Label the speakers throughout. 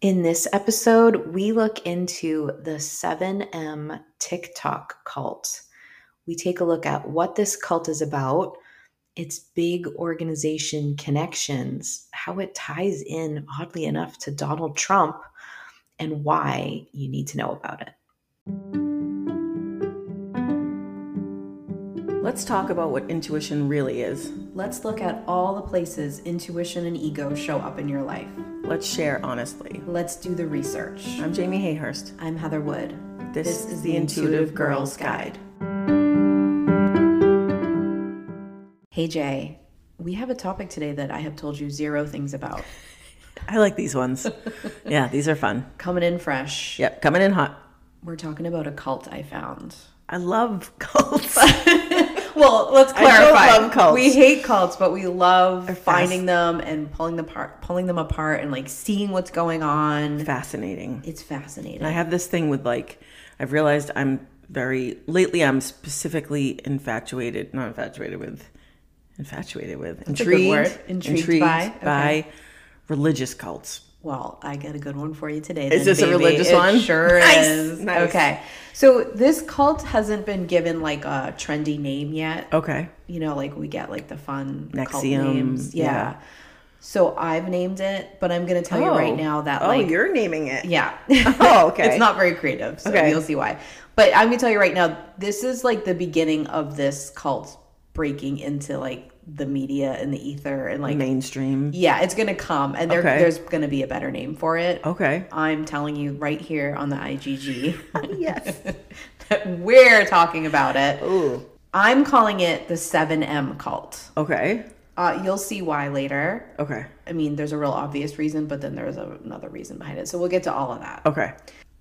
Speaker 1: In this episode, we look into the 7M TikTok cult. We take a look at what this cult is about, its big organization connections, how it ties in, oddly enough, to Donald Trump, and why you need to know about it.
Speaker 2: Let's talk about what intuition really is.
Speaker 3: Let's look at all the places intuition and ego show up in your life.
Speaker 2: Let's share honestly.
Speaker 3: Let's do the research.
Speaker 2: I'm Jamie Hayhurst.
Speaker 3: I'm Heather Wood.
Speaker 2: This, is the Intuitive Girls Guide.
Speaker 3: Hey, Jay. We have a topic today that I have told you zero things about.
Speaker 2: I like these ones. yeah, these are fun.
Speaker 3: Coming in fresh.
Speaker 2: Yep, coming in hot.
Speaker 3: We're talking about a cult I found.
Speaker 2: I love cults.
Speaker 3: Well, let's
Speaker 2: I don't
Speaker 3: clarify.
Speaker 2: love cults.
Speaker 3: We hate cults, but we love
Speaker 2: They're fast.
Speaker 3: finding them and pulling them apart, pulling them apart, and like seeing what's going on.
Speaker 2: Fascinating.
Speaker 3: It's fascinating.
Speaker 2: I have this thing with like, I've realized I'm very, lately I'm specifically infatuated, not infatuated with, infatuated with,
Speaker 3: a good
Speaker 2: intrigued,
Speaker 3: word. Intrigued by? Okay.
Speaker 2: religious cults.
Speaker 3: Well, I got a good one for you today. then,
Speaker 2: Is this a
Speaker 3: baby.
Speaker 2: religious
Speaker 3: It
Speaker 2: one?
Speaker 3: Sure
Speaker 2: Nice,
Speaker 3: is.
Speaker 2: nice.
Speaker 3: Okay. So this cult hasn't been given like a trendy name yet.
Speaker 2: Okay.
Speaker 3: You know, like we get like the fun cult
Speaker 2: Nexium,
Speaker 3: names. Yeah.
Speaker 2: yeah.
Speaker 3: So I've named it, but I'm gonna tell you right now that
Speaker 2: oh,
Speaker 3: like
Speaker 2: you're naming it.
Speaker 3: yeah.
Speaker 2: Oh, okay.
Speaker 3: it's not very creative, so
Speaker 2: Okay.
Speaker 3: you'll see why. But I'm gonna tell you right now, this is like the beginning of this cult breaking into like the media and the ether and like
Speaker 2: Mainstream.
Speaker 3: yeah, it's gonna come and there
Speaker 2: Okay. Oh,
Speaker 3: there's gonna be a better name for it.
Speaker 2: Okay.
Speaker 3: I'm telling you right here on the IGG
Speaker 2: Yes.
Speaker 3: that we're talking about it.
Speaker 2: Ooh.
Speaker 3: I'm calling it the 7M cult.
Speaker 2: Okay.
Speaker 3: Uh, you'll see why later.
Speaker 2: Okay.
Speaker 3: I mean, there's a real obvious reason, but then there's a, another reason behind it. So we'll get to all of that.
Speaker 2: Okay.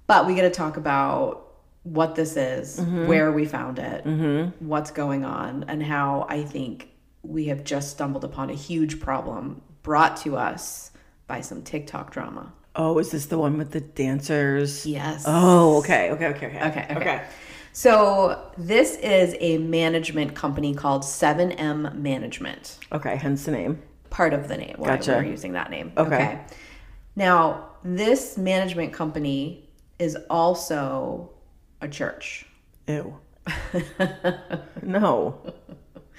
Speaker 3: But we got to talk about what this is, where we found it, what's going on, and how I think we have just stumbled upon a huge problem brought to us by some TikTok drama.
Speaker 2: Oh, is this the one with the dancers?
Speaker 3: Yes.
Speaker 2: Oh, okay. Okay. Okay. Okay.
Speaker 3: Okay, okay. So this is a management company called 7M Management.
Speaker 2: Okay, Hence the name.
Speaker 3: Part of the name. Why
Speaker 2: Gotcha.
Speaker 3: We're using that name.
Speaker 2: Okay.
Speaker 3: Now, this management company is also a church.
Speaker 2: Ew. no.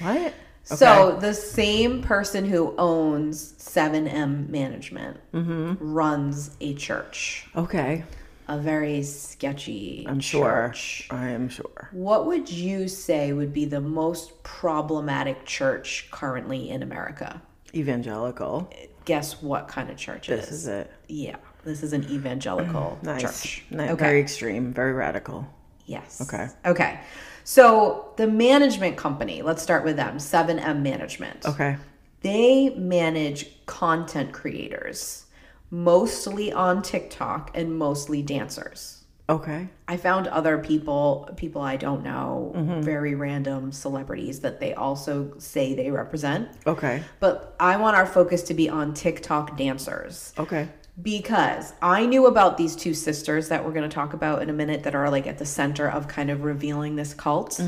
Speaker 2: What?
Speaker 3: So the same person who owns 7M Management
Speaker 2: Mm-hmm.
Speaker 3: runs a church,
Speaker 2: Okay.
Speaker 3: a very sketchy
Speaker 2: I'm sure.
Speaker 3: church.
Speaker 2: I am sure.
Speaker 3: What would you say would be the most problematic church currently in America?
Speaker 2: Evangelical.
Speaker 3: Guess what kind of church it is?
Speaker 2: This is it.
Speaker 3: Yeah, this is an evangelical
Speaker 2: Nice.
Speaker 3: church.
Speaker 2: Ni-
Speaker 3: Okay.
Speaker 2: Very extreme. Very radical.
Speaker 3: Yes.
Speaker 2: Okay.
Speaker 3: Okay. So the management company, let's start with them, 7M Management.
Speaker 2: Okay.
Speaker 3: They manage content creators, mostly on TikTok and mostly dancers.
Speaker 2: Okay.
Speaker 3: I found other people, people I don't know, very random celebrities that they also say they represent.
Speaker 2: Okay.
Speaker 3: But I want our focus to be on TikTok dancers
Speaker 2: Okay.
Speaker 3: because I knew about these two sisters that we're going to talk about in a minute that are like at the center of kind of revealing this cult.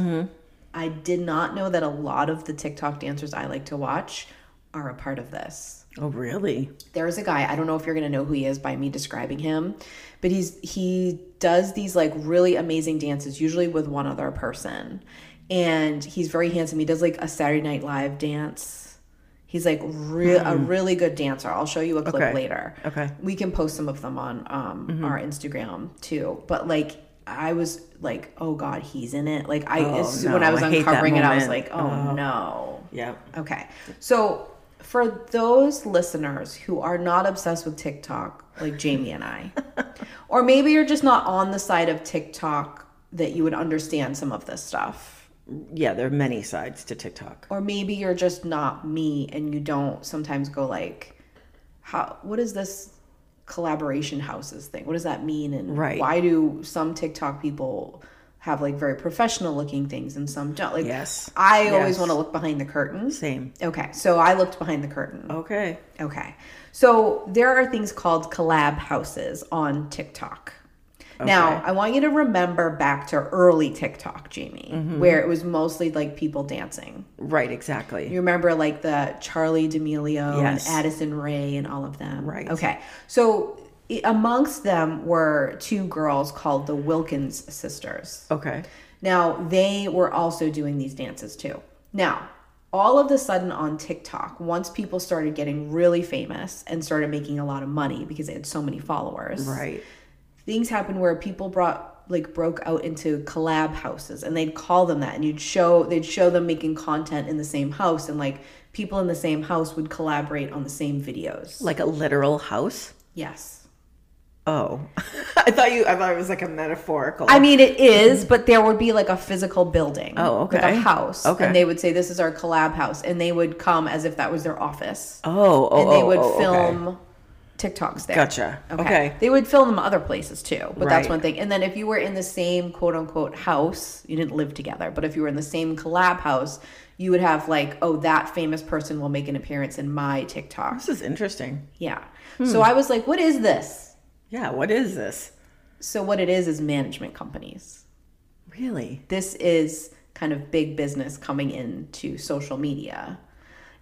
Speaker 3: I did not know that a lot of the TikTok dancers I like to watch are a part of this
Speaker 2: Oh, really?
Speaker 3: there's a guy i don't know if you're gonna know who he is by me describing him but he's he does these like really amazing dances usually with one other person and he's very handsome he does like a saturday night live dance he's like re- a really good dancer i'll show you a clip
Speaker 2: Hmm. Okay.
Speaker 3: later
Speaker 2: Okay. Mm-hmm.
Speaker 3: we can post some of them on um, our instagram too but like i was like oh god he's in it like i
Speaker 2: Oh,
Speaker 3: as- when
Speaker 2: no,
Speaker 3: i was
Speaker 2: I hate that
Speaker 3: uncovering it i was
Speaker 2: moment.
Speaker 3: like oh. no
Speaker 2: Yeah.
Speaker 3: Okay. So for those listeners who are not obsessed with TikTok, like Jamie and I, or maybe you're just not on the side of TikTok that you would understand some of this stuff.
Speaker 2: Yeah, there are many sides to TikTok.
Speaker 3: Or maybe you're just not me and you don't sometimes go like, how what is this collaboration houses thing? What does that mean? And
Speaker 2: Right.
Speaker 3: why do some TikTok people have like very professional looking things and some don't? Like
Speaker 2: Yes.
Speaker 3: I always
Speaker 2: Yes.
Speaker 3: want to look behind the curtain.
Speaker 2: Same.
Speaker 3: Okay, so I looked behind the curtain.
Speaker 2: Okay.
Speaker 3: Okay, so there are things called collab houses on TikTok. Now, I want you to remember back to early TikTok, Jamie,
Speaker 2: Mm-hmm.
Speaker 3: where it was mostly like people dancing.
Speaker 2: Right, exactly.
Speaker 3: You remember like the Charlie D'Amelio
Speaker 2: Yes.
Speaker 3: and Addison Ray and all of them.
Speaker 2: Right.
Speaker 3: Okay, so i- amongst them were two girls called the Wilkins sisters.
Speaker 2: Okay.
Speaker 3: Now, they were also doing these dances too. Now, all of a sudden on TikTok, once people started getting really famous and started making a lot of money because they had so many followers,
Speaker 2: Right.
Speaker 3: things happened where people brought like broke out into collab houses and they'd call them that and you'd show they'd show them making content in the same house and like people in the same house would collaborate on the same videos.
Speaker 2: Like a literal house.
Speaker 3: yes.
Speaker 2: Oh, I thought you. I thought it was like a metaphorical.
Speaker 3: I mean, it is, but there would be like a physical building.
Speaker 2: Oh,
Speaker 3: Like a
Speaker 2: okay.
Speaker 3: house.
Speaker 2: Okay.
Speaker 3: And they would say, This is our collab house. And they would come as if that was their office.
Speaker 2: oh, oh,
Speaker 3: and they
Speaker 2: oh,
Speaker 3: would
Speaker 2: oh, okay.
Speaker 3: film TikToks there.
Speaker 2: Gotcha. Okay.
Speaker 3: They would film them other places too, but that's
Speaker 2: Right.
Speaker 3: one thing. And then if you were in the same quote unquote house, you didn't live together, but if you were in the same collab house, you would have like, oh, that famous person will make an appearance in my TikTok.
Speaker 2: This is interesting.
Speaker 3: Yeah. So
Speaker 2: Hmm.
Speaker 3: I was like, what is this?
Speaker 2: Yeah. What is this?
Speaker 3: So what it is is management companies.
Speaker 2: Really?
Speaker 3: this is kind of big business coming into social media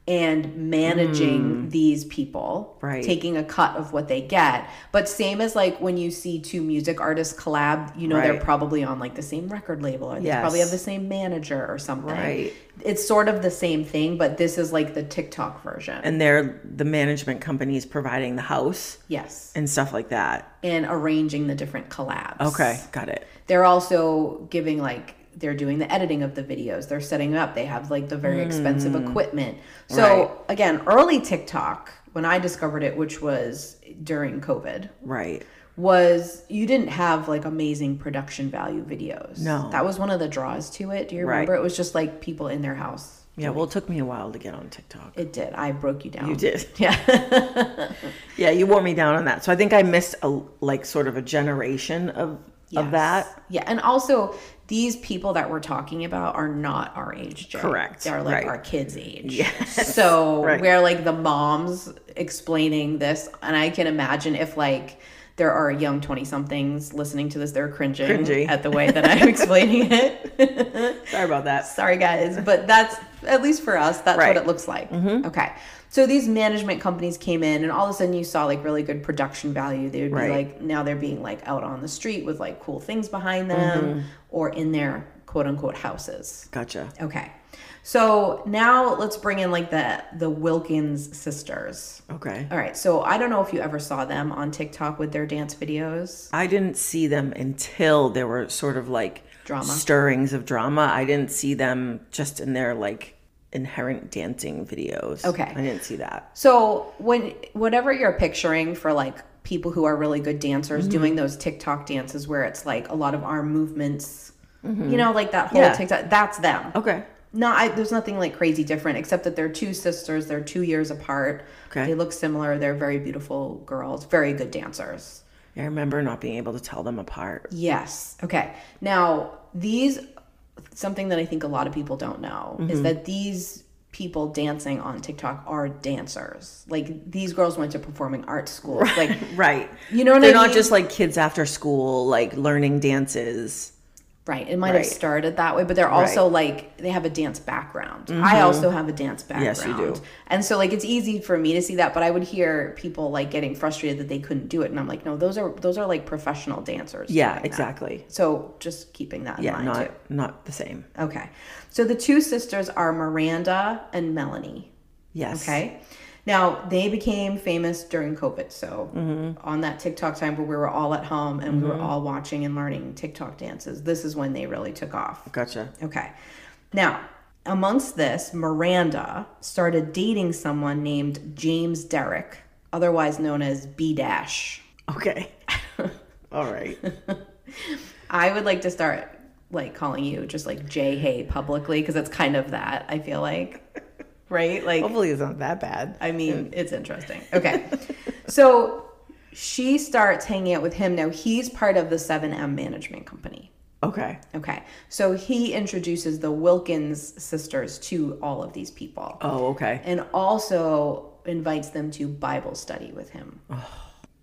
Speaker 3: and managing these people
Speaker 2: Hmm. Right.
Speaker 3: taking a cut of what they get but same as like when you see two music artists collab you know they're
Speaker 2: Right.
Speaker 3: probably on like the same record label or they
Speaker 2: Yes.
Speaker 3: probably have the same manager or something
Speaker 2: Right.
Speaker 3: it's sort of the same thing but this is like the tiktok version
Speaker 2: And they're the management companies providing the house
Speaker 3: yes
Speaker 2: and stuff like that.
Speaker 3: and arranging the different collabs
Speaker 2: Okay. Got it.
Speaker 3: they're also giving like they're doing the editing of the videos they're setting up they have like the very expensive equipment so
Speaker 2: Hmm. Right.
Speaker 3: again early tiktok when i discovered it which was during covid
Speaker 2: Right.
Speaker 3: was you didn't have like amazing production value videos
Speaker 2: No.
Speaker 3: that was one of the draws to it do you
Speaker 2: Right.
Speaker 3: remember it was just like people in their house
Speaker 2: Yeah. Well, it took me a while to get on TikTok.
Speaker 3: it did i broke you down
Speaker 2: You did.
Speaker 3: yeah
Speaker 2: Yeah, you wore me down on that. So I think I missed a like sort of a generation of of that.
Speaker 3: Yeah, and also these people that we're talking about are not our age. Jay.
Speaker 2: Correct,
Speaker 3: They're like
Speaker 2: right.
Speaker 3: our kids' age. So
Speaker 2: right.
Speaker 3: we're like the moms explaining this, and I can imagine if like there are young twenty somethings listening to this, they're cringing
Speaker 2: Cringy.
Speaker 3: at the way that I'm explaining it.
Speaker 2: Sorry about that.
Speaker 3: Sorry, guys, but that's at least for us, that's
Speaker 2: Right. Mm-hmm.
Speaker 3: what it looks like. Okay. So these management companies came in, and all of a sudden you saw like really good production value. They would
Speaker 2: Right.
Speaker 3: be like, now they're being like out on the street with like cool things behind them
Speaker 2: Mm-hmm.
Speaker 3: or in their quote unquote houses.
Speaker 2: Gotcha.
Speaker 3: Okay. So now let's bring in like the the Wilkins sisters.
Speaker 2: Okay.
Speaker 3: All right. So I don't know if you ever saw them on TikTok with their dance videos.
Speaker 2: I didn't see them until there were sort of like
Speaker 3: Drama.
Speaker 2: stirrings of drama. I didn't see them just in their like inherent dancing videos.
Speaker 3: Okay.
Speaker 2: I didn't see that.
Speaker 3: So when whatever you're picturing for like people who are really good dancers
Speaker 2: Mm-hmm.
Speaker 3: doing those TikTok dances where it's like a lot of arm movements, you know, like that whole
Speaker 2: Mm-hmm. Yeah.
Speaker 3: TikTok, that's them.
Speaker 2: Okay.
Speaker 3: No, I, there's nothing like crazy different except that they're two sisters. They're two years apart.
Speaker 2: Okay.
Speaker 3: They look similar. They're very beautiful girls. Very good dancers.
Speaker 2: I remember not being able to tell them apart.
Speaker 3: Yes. Okay. Now, these something that I think a lot of people don't know
Speaker 2: Mm-hmm.
Speaker 3: is that these people dancing on TikTok are dancers. Like these girls went to performing arts school. Like
Speaker 2: Right.
Speaker 3: you know what
Speaker 2: They're
Speaker 3: I mean?
Speaker 2: not just like kids after school, like learning dances.
Speaker 3: right. It might have
Speaker 2: Right.
Speaker 3: started that way, but they're also like they have a dance background. I also have a dance background.
Speaker 2: Mm-hmm. Yes, you do.
Speaker 3: And so like it's easy for me to see that, but I would hear people like getting frustrated that they couldn't do it and I'm like, "No, those are those are like professional dancers."
Speaker 2: Yeah,
Speaker 3: doing that.
Speaker 2: exactly.
Speaker 3: So just keeping that in
Speaker 2: Yeah,
Speaker 3: mind
Speaker 2: not
Speaker 3: too.
Speaker 2: not the same.
Speaker 3: Okay. So the two sisters are Miranda and Melanie.
Speaker 2: Yes.
Speaker 3: Okay. Now they became famous during COVID. So on that TikTok time where we were all at home and we were all watching and learning TikTok dances, this is when they really took off.
Speaker 2: Gotcha.
Speaker 3: Okay. Now, amongst this, Miranda started dating someone named James Derrick, otherwise known as B Dash.
Speaker 2: Okay. All right.
Speaker 3: I would like to start like calling you just like J Hay publicly because it's kind of that, I feel like. Right? Like
Speaker 2: Hopefully it's not that bad.
Speaker 3: I mean, it's interesting. Okay. so she starts hanging out with him. Now he's part of the 7M management company.
Speaker 2: Okay.
Speaker 3: Okay. So he introduces the Wilkins sisters to all of these people
Speaker 2: Oh, okay.
Speaker 3: and also invites them to Bible study with him.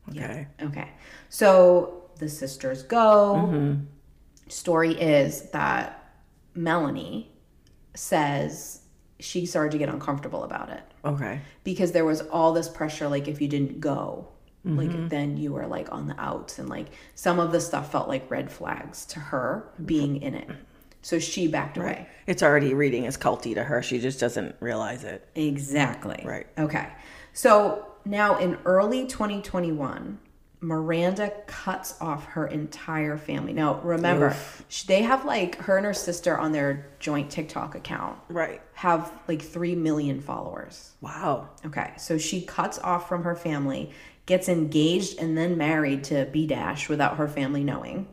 Speaker 2: Okay.
Speaker 3: Okay. So the sisters go. Story is that Melanie says she started to get uncomfortable about it
Speaker 2: Okay.
Speaker 3: because there was all this pressure like if you didn't go, like then you were like on the outs and like some of the stuff felt like red flags to her being in it so she backed away
Speaker 2: It's already reading as culty to her. She just doesn't realize it.
Speaker 3: Exactly.
Speaker 2: Right.
Speaker 3: Okay. So now in early 2021, Miranda cuts off her entire family. Now, remember, sh they have like her and her sister on their joint TikTok account
Speaker 2: Right.
Speaker 3: have like 3 million followers.
Speaker 2: Wow.
Speaker 3: Okay. So she cuts off from her family, gets engaged and then married to B Dash without her family knowing,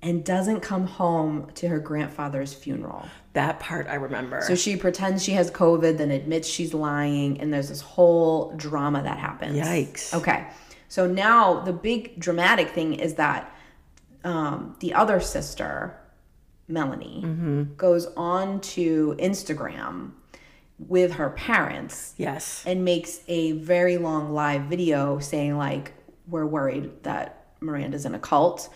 Speaker 3: and doesn't come home to her grandfather's funeral.
Speaker 2: That part I remember.
Speaker 3: So she pretends she has COVID, then admits she's lying, and there's this whole drama that happens.
Speaker 2: Yikes.
Speaker 3: Okay. So now the big dramatic thing is that um, the other sister, Melanie, goes on to Instagram with her parents
Speaker 2: yes.
Speaker 3: and makes a very long live video saying like we're worried that Miranda's in a cult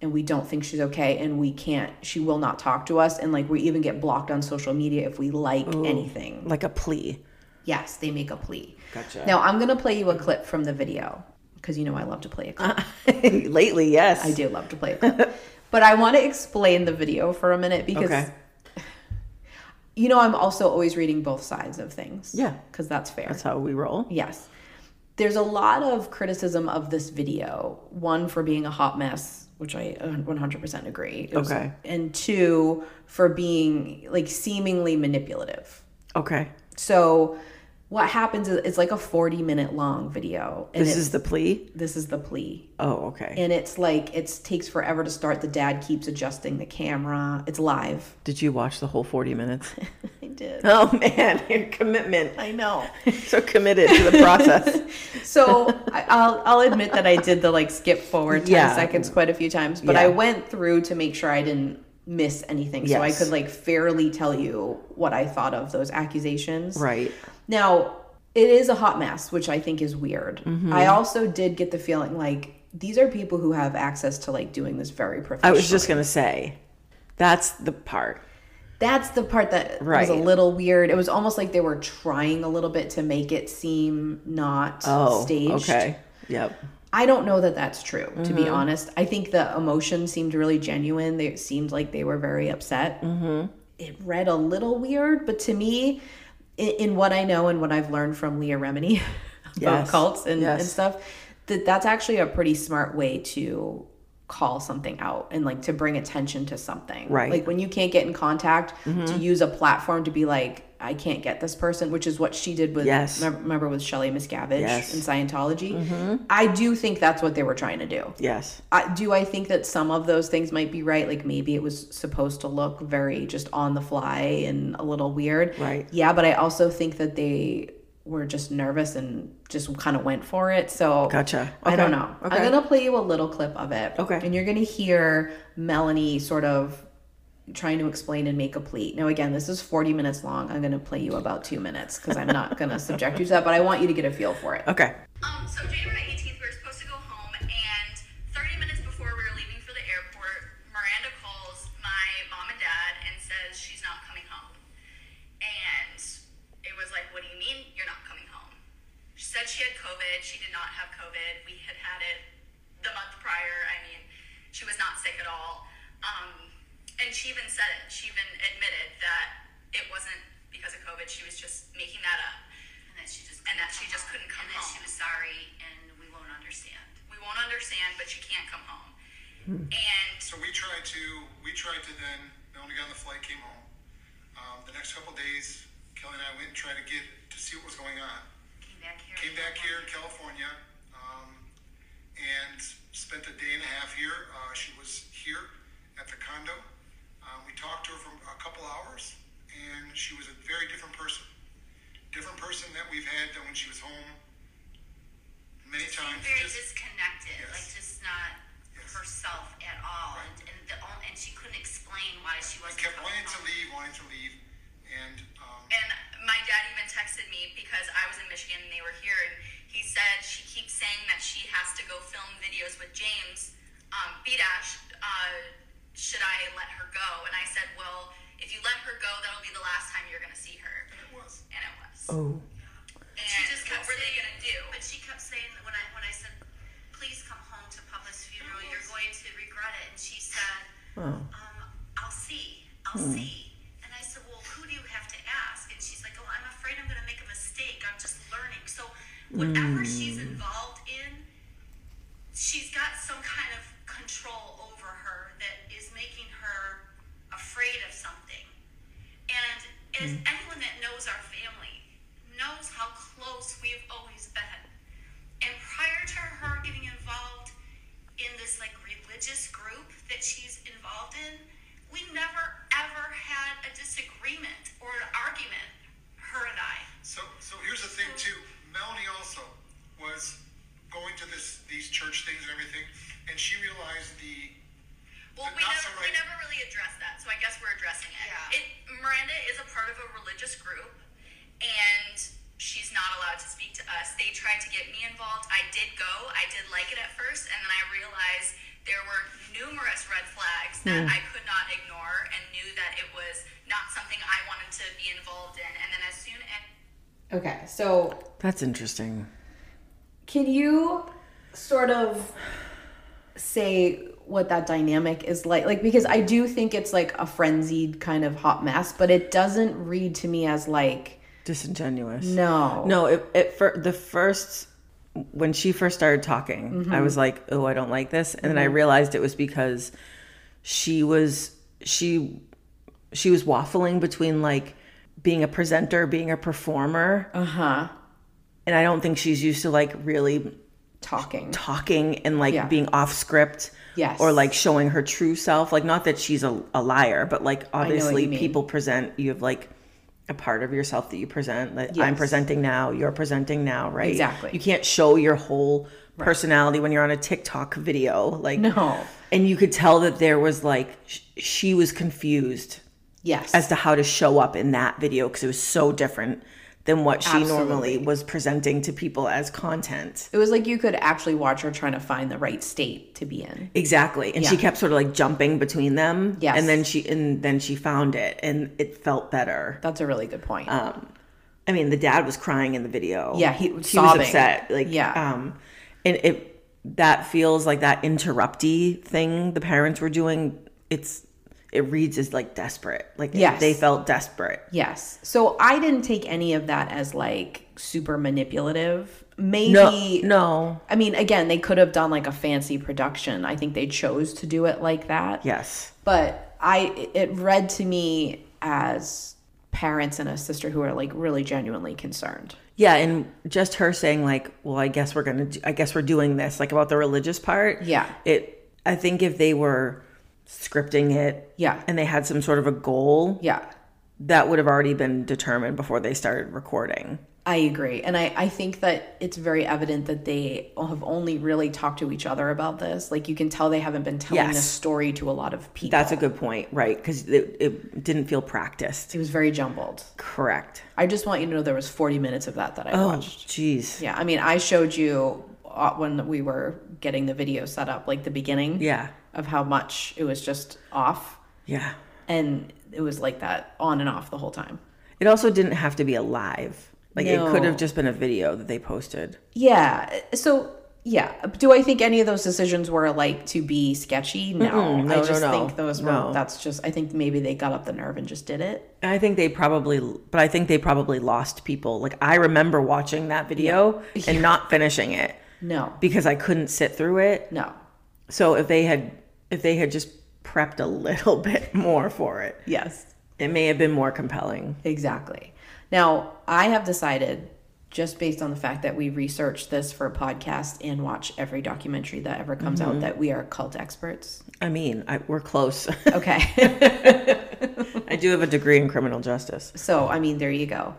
Speaker 3: and we don't think she's okay and we can't she will not talk to us and like we even get blocked on social media if we like anything.
Speaker 2: Like a plea.
Speaker 3: Yes, they make a plea.
Speaker 2: Gotcha.
Speaker 3: Now I'm going to play you a clip from the video because you know I love to play a clip.
Speaker 2: Lately, yes.
Speaker 3: I do love to play a clip. but I want to explain the video for a minute because
Speaker 2: Okay.
Speaker 3: you know I'm also always reading both sides of things.
Speaker 2: Yeah.
Speaker 3: Cuz that's fair.
Speaker 2: That's how we roll.
Speaker 3: Yes. There's a lot of criticism of this video. One, for being a hot mess, which I uh, 100% agree. It was-
Speaker 2: Okay.
Speaker 3: And two, for being like seemingly manipulative.
Speaker 2: Okay.
Speaker 3: So, what happens is it's like a 40 minute long video. And
Speaker 2: This
Speaker 3: it-
Speaker 2: is the plea.
Speaker 3: this is the plea.
Speaker 2: Oh, okay.
Speaker 3: And it's like, it takes forever to start. The dad keeps adjusting the camera. It's live.
Speaker 2: Did you watch the whole 40 minutes?
Speaker 3: I did.
Speaker 2: oh, man. Your commitment.
Speaker 3: I know.
Speaker 2: So committed to the process.
Speaker 3: So I, I'll I'll admit that I did the like skip forward ten
Speaker 2: Yeah.
Speaker 3: seconds quite a few times, but I
Speaker 2: Yeah.
Speaker 3: went through to make sure I didn't miss anything, so I
Speaker 2: Yes.
Speaker 3: could like fairly tell you what I thought of those accusations.
Speaker 2: right.
Speaker 3: Now it is a hot mess, which I think is weird.
Speaker 2: Mm-hmm.
Speaker 3: I also did get the feeling like these are people who have access to like doing this very
Speaker 2: I
Speaker 3: professionally.
Speaker 2: was just going to say that's the part.
Speaker 3: That's the part that was
Speaker 2: Right.
Speaker 3: a little weird. It was almost like they were trying a little bit to make it seem not
Speaker 2: Oh,
Speaker 3: staged.
Speaker 2: okay. Yep.
Speaker 3: I don't know that that's true, to
Speaker 2: Mm-hmm.
Speaker 3: be honest. I think the emotion seemed really genuine. They it seemed like they were very upset. Mm-hmm. It read a little weird, but to me, in, in what I know and what I've learned from Leah Remini about
Speaker 2: Yes.
Speaker 3: cults and,
Speaker 2: Yes.
Speaker 3: and stuff, that that's actually a pretty smart way to call something out and like to bring attention to something.
Speaker 2: Right. Mm-hmm.
Speaker 3: Like when you can't get in contact, to use a platform to be like, I can't get this person, which is what she did with
Speaker 2: Yes.
Speaker 3: remember- remember with Shelley Miscavige
Speaker 2: Yes.
Speaker 3: and Scientology. I do think that's what they were trying to do.
Speaker 2: Yes.
Speaker 3: I, do I think that some of those things might be right? Like maybe it was supposed to look very just on the fly and a little weird.
Speaker 2: Right.
Speaker 3: Yeah, but I also think that they were just nervous and just kind of went for it. So
Speaker 2: Gotcha.
Speaker 3: I don't
Speaker 2: Okay.
Speaker 3: know.
Speaker 2: Okay.
Speaker 3: I'm gonna play you a little clip of it.
Speaker 2: Okay.
Speaker 3: And you're gonna hear Melanie sort of trying to explain and make a plea. Now again, this is 40 minutes long. I'm gonna play you about two minutes because I'm not gonna subject you to that, but I want you to get a feel for it.
Speaker 2: Okay.
Speaker 4: Um, so January 18th, we were supposed to go home, and 30 minutes before we were leaving for the airport, Miranda calls my mom and dad and says she's not coming home. And it was like, what do you mean you're not coming home? She said she had COVID. She did not have COVID. We had had it the month prior. I mean, she was not sick at all. Um, and she even said it. She even admitted that it wasn't because of COVID. She was just making that up and that she just and that she just couldn't come home. she was sorry, and we won't understand. We won't understand, but she can't come home. And
Speaker 5: So we tried to, we tried to then, the only guy on the flight came home. Um, the next couple days, Kelly and I went and tried to get, to see what was going on.
Speaker 4: came back here.
Speaker 5: Came back here in California, um, and spent a day and a half here. Uh, she was here at the condo. Um, we talked to her for a couple hours, and she was a very different person. Different person that we've had than when she was home many
Speaker 4: She seemed
Speaker 5: times.
Speaker 4: very
Speaker 5: Just-
Speaker 4: disconnected,
Speaker 5: Yes.
Speaker 4: like just not
Speaker 5: Yes.
Speaker 4: herself at all, and and the only, and she couldn't explain why she
Speaker 5: I
Speaker 4: wasn't
Speaker 5: kept
Speaker 4: coming
Speaker 5: wanting to
Speaker 4: home.
Speaker 5: leave, wanting to leave, and um,
Speaker 4: And my dad even texted me because I was in Michigan and they were here, and he said she keeps saying that she has to go film videos with James. Um, B dash, uh, should I let her go? And I said, well, if you let her go, that'll be the last time you're gonna see her.
Speaker 5: it was.
Speaker 4: And it was.
Speaker 2: Oh,
Speaker 4: And she just kept what were they gonna do? But she kept saying that when I when I said please come home to Papa's funeral. You're going to regret it. And she said,
Speaker 2: Oh.
Speaker 4: um, I'll see. I'll see. And I said, Well, who do you have to ask? And she's like, Oh, I'm afraid I'm going to make a mistake. I'm just learning. So, whatever she's involved in, she's got some kind of control over her that is making her afraid of something. And as anyone that knows our family knows how close we've always been. And prior to her getting involved in this like religious group that she's involved in, we never ever had a disagreement or an argument, her and I.
Speaker 5: So, so here's the thing too. Melanie also was going to this these church things and everything, and she realized the
Speaker 4: Well,
Speaker 5: But
Speaker 4: we
Speaker 5: not
Speaker 4: never,
Speaker 5: so
Speaker 4: we
Speaker 5: right-
Speaker 4: never really addressed that, so I guess we're addressing it.
Speaker 6: Yeah.
Speaker 4: it. Miranda is a part of a religious group, and she's not allowed to speak to us. They tried to get me involved. I did go. I did like it at first, and then I realized there were numerous red flags that I could not ignore, and knew that it was not something I wanted to be involved in. And then as soon as
Speaker 3: Okay, so
Speaker 2: That's interesting.
Speaker 3: Can you sort of say what that dynamic is like? Like, because I do think it's like a frenzied kind of hot mess, but it doesn't read to me as like,
Speaker 2: Disingenuous.
Speaker 3: no.
Speaker 2: No, it, it for the first when she first started talking, I was like, "Oh, I don't like this," and then I realized it was because she was she she was waffling between like being a presenter, being a performer,
Speaker 3: Uh huh.
Speaker 2: and I don't think she's used to like really
Speaker 3: Talking.
Speaker 2: talking and like
Speaker 3: Yeah.
Speaker 2: being off script.
Speaker 3: Yes.
Speaker 2: Or like showing her true self. Like, not that she's a, a liar, but like, obviously,
Speaker 3: you mean.
Speaker 2: people present, you have like a part of yourself that you present. Like, I'm
Speaker 3: Yes.
Speaker 2: presenting now, you're presenting now, right?
Speaker 3: Exactly.
Speaker 2: You can't show your whole personality when you're on a TikTok video. Like,
Speaker 3: No.
Speaker 2: And you could tell that there was like, sh- she was confused
Speaker 3: Yes.
Speaker 2: as to how to show up in that video because it was so different than what she normally
Speaker 3: Absolutely.
Speaker 2: was presenting to people as content.
Speaker 3: it was like you could actually watch her trying to find the right state to be in.
Speaker 2: Exactly. And she
Speaker 3: Yeah.
Speaker 2: kept sort of like jumping between them.
Speaker 3: Yes.
Speaker 2: And then she and then she found it and it felt better.
Speaker 3: That's a really good point.
Speaker 2: Um, I mean, the dad was crying in the video.
Speaker 3: Yeah, he-
Speaker 2: was
Speaker 3: sobbing.
Speaker 2: upset. Like
Speaker 3: Yeah.
Speaker 2: um and it that feels like that interrupty thing the parents were doing, it's it reads as like desperate. Like it-
Speaker 3: Yes.
Speaker 2: they felt desperate.
Speaker 3: yes. So I didn't take any of that as like super manipulative. Maybe
Speaker 2: No no.
Speaker 3: I mean, again, they could have done like a fancy production. I think they chose to do it like that.
Speaker 2: Yes.
Speaker 3: But I, it read to me as parents and a sister who are like really genuinely concerned.
Speaker 2: Yeah, and just her saying like, "Well, I guess we're gonna, do, I guess we're doing this," like about the religious part.
Speaker 3: Yeah.
Speaker 2: it. I think if they were scripting it,
Speaker 3: Yeah.
Speaker 2: and they had some sort of a goal,
Speaker 3: Yeah.
Speaker 2: that would have already been determined before they started recording.
Speaker 3: I agree. And I, I think that it's very evident that they have only really talked to each other about this. Like you can tell they haven't been telling
Speaker 2: Yes.
Speaker 3: this story to a lot of people.
Speaker 2: That's a good point, right? Because it, it didn't feel practiced.
Speaker 3: it was very jumbled.
Speaker 2: Correct.
Speaker 3: I just want you to know there was 40 minutes of that that I
Speaker 2: Oh,
Speaker 3: watched.
Speaker 2: jeez.
Speaker 3: Yeah, I mean, I showed you uh, when we were getting the video set up, like the beginning
Speaker 2: Yeah.
Speaker 3: of how much it was just off,
Speaker 2: yeah.
Speaker 3: and it was like that on and off the whole time.
Speaker 2: It also didn't have to be alive. Like it could
Speaker 3: No.
Speaker 2: have just been a video that they posted.
Speaker 3: Yeah, uh, so yeah, do I think any of those decisions were like to be sketchy? No,
Speaker 2: no,
Speaker 3: I
Speaker 2: no,
Speaker 3: just
Speaker 2: no.
Speaker 3: think those were.
Speaker 2: No.
Speaker 3: That's just I think maybe they got up the nerve and just did it.
Speaker 2: I think they probably, but I think they probably lost people. Like I remember watching that video and not finishing it
Speaker 3: No,
Speaker 2: because I couldn't sit through it.
Speaker 3: no,
Speaker 2: So if they had, if they had just prepped a little bit more for it,
Speaker 3: yes.
Speaker 2: it may have been more compelling.
Speaker 3: Exactly. Now, I have decided, just based on the fact that we research this for a podcast and watch every documentary that ever comes out, that we are cult experts.
Speaker 2: I mean, I, we're close.
Speaker 3: Okay.
Speaker 2: I do have a degree in criminal justice.
Speaker 3: so, I mean, there you go.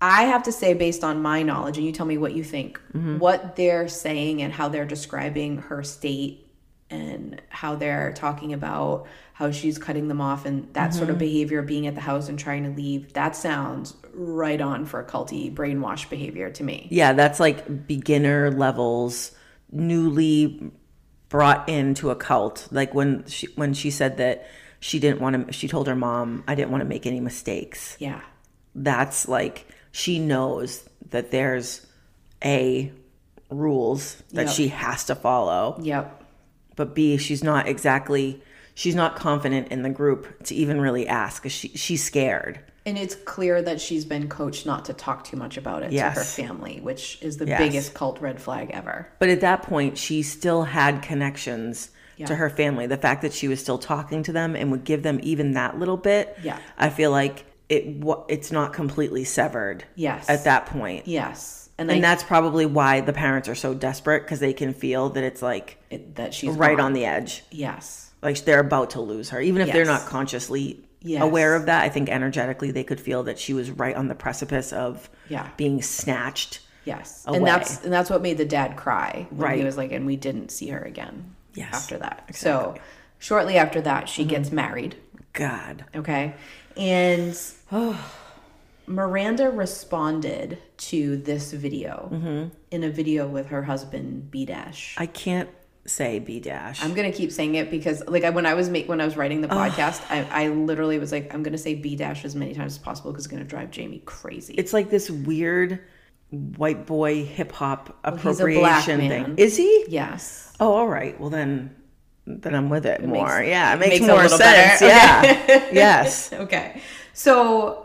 Speaker 3: I have to say, based on my knowledge, and you tell me what you think, what they're saying and how they're describing her state and how they're talking about how she's cutting them off and that sort of behavior, being at the house and trying to leave, that sounds right on for culty brainwash behavior to me.
Speaker 2: Yeah, that's like beginner levels, newly brought into a cult. Like when she when she said that she didn't want to, she told her mom, "I didn't want to make any mistakes."
Speaker 3: Yeah.
Speaker 2: that's like she knows that there's a rules that
Speaker 3: Yep.
Speaker 2: she has to follow.
Speaker 3: Yep.
Speaker 2: But B, she's not exactly she's not confident in the group to even really ask. 'cause She she's scared.
Speaker 3: And it's clear that she's been coached not to talk too much about it
Speaker 2: Yes.
Speaker 3: to her family, which is the
Speaker 2: Yes.
Speaker 3: biggest cult red flag ever.
Speaker 2: But at that point, she still had connections
Speaker 3: Yeah.
Speaker 2: to her family. The fact that she was still talking to them and would give them even that little bit,
Speaker 3: Yeah.
Speaker 2: I feel like it wa- it's not completely severed
Speaker 3: Yes.
Speaker 2: at that point.
Speaker 3: Yes. And,
Speaker 2: And
Speaker 3: I,
Speaker 2: that's probably why the parents are so desperate because they can feel that it's like
Speaker 3: it, that she's
Speaker 2: right
Speaker 3: gone.
Speaker 2: on the edge.
Speaker 3: Yes.
Speaker 2: Like they're about to lose her. Even if they're
Speaker 3: Yes.
Speaker 2: not consciously
Speaker 3: Yes.
Speaker 2: aware of that, I think energetically they could feel that she was right on the precipice of
Speaker 3: Yeah.
Speaker 2: being snatched.
Speaker 3: Yes.
Speaker 2: away.
Speaker 3: And that's and that's what made the dad cry when
Speaker 2: Right.
Speaker 3: he was like, and we didn't see her again.
Speaker 2: Yes. Mm-hmm.
Speaker 3: After that. So shortly after that, she gets married.
Speaker 2: God.
Speaker 3: Okay. And Miranda responded to this video
Speaker 2: Mm-hmm.
Speaker 3: in a video with her husband B Dash.
Speaker 2: I can't say B dash.
Speaker 3: I'm gonna keep saying it because like I, when I was make when I was writing the podcast, I, I literally was like, I'm gonna say B dash as many times as possible because it's gonna drive Jamie crazy.
Speaker 2: it's like this weird white boy hip hop
Speaker 3: he's a black
Speaker 2: appropriation thing.
Speaker 3: man.
Speaker 2: Is he?
Speaker 3: yes.
Speaker 2: Oh, all right. Well, then, then I'm with it, more.
Speaker 3: makes-
Speaker 2: yeah, it
Speaker 3: it
Speaker 2: makes,
Speaker 3: makes a
Speaker 2: more
Speaker 3: little
Speaker 2: sense.
Speaker 3: better.
Speaker 2: Yeah. yes.
Speaker 3: Okay. So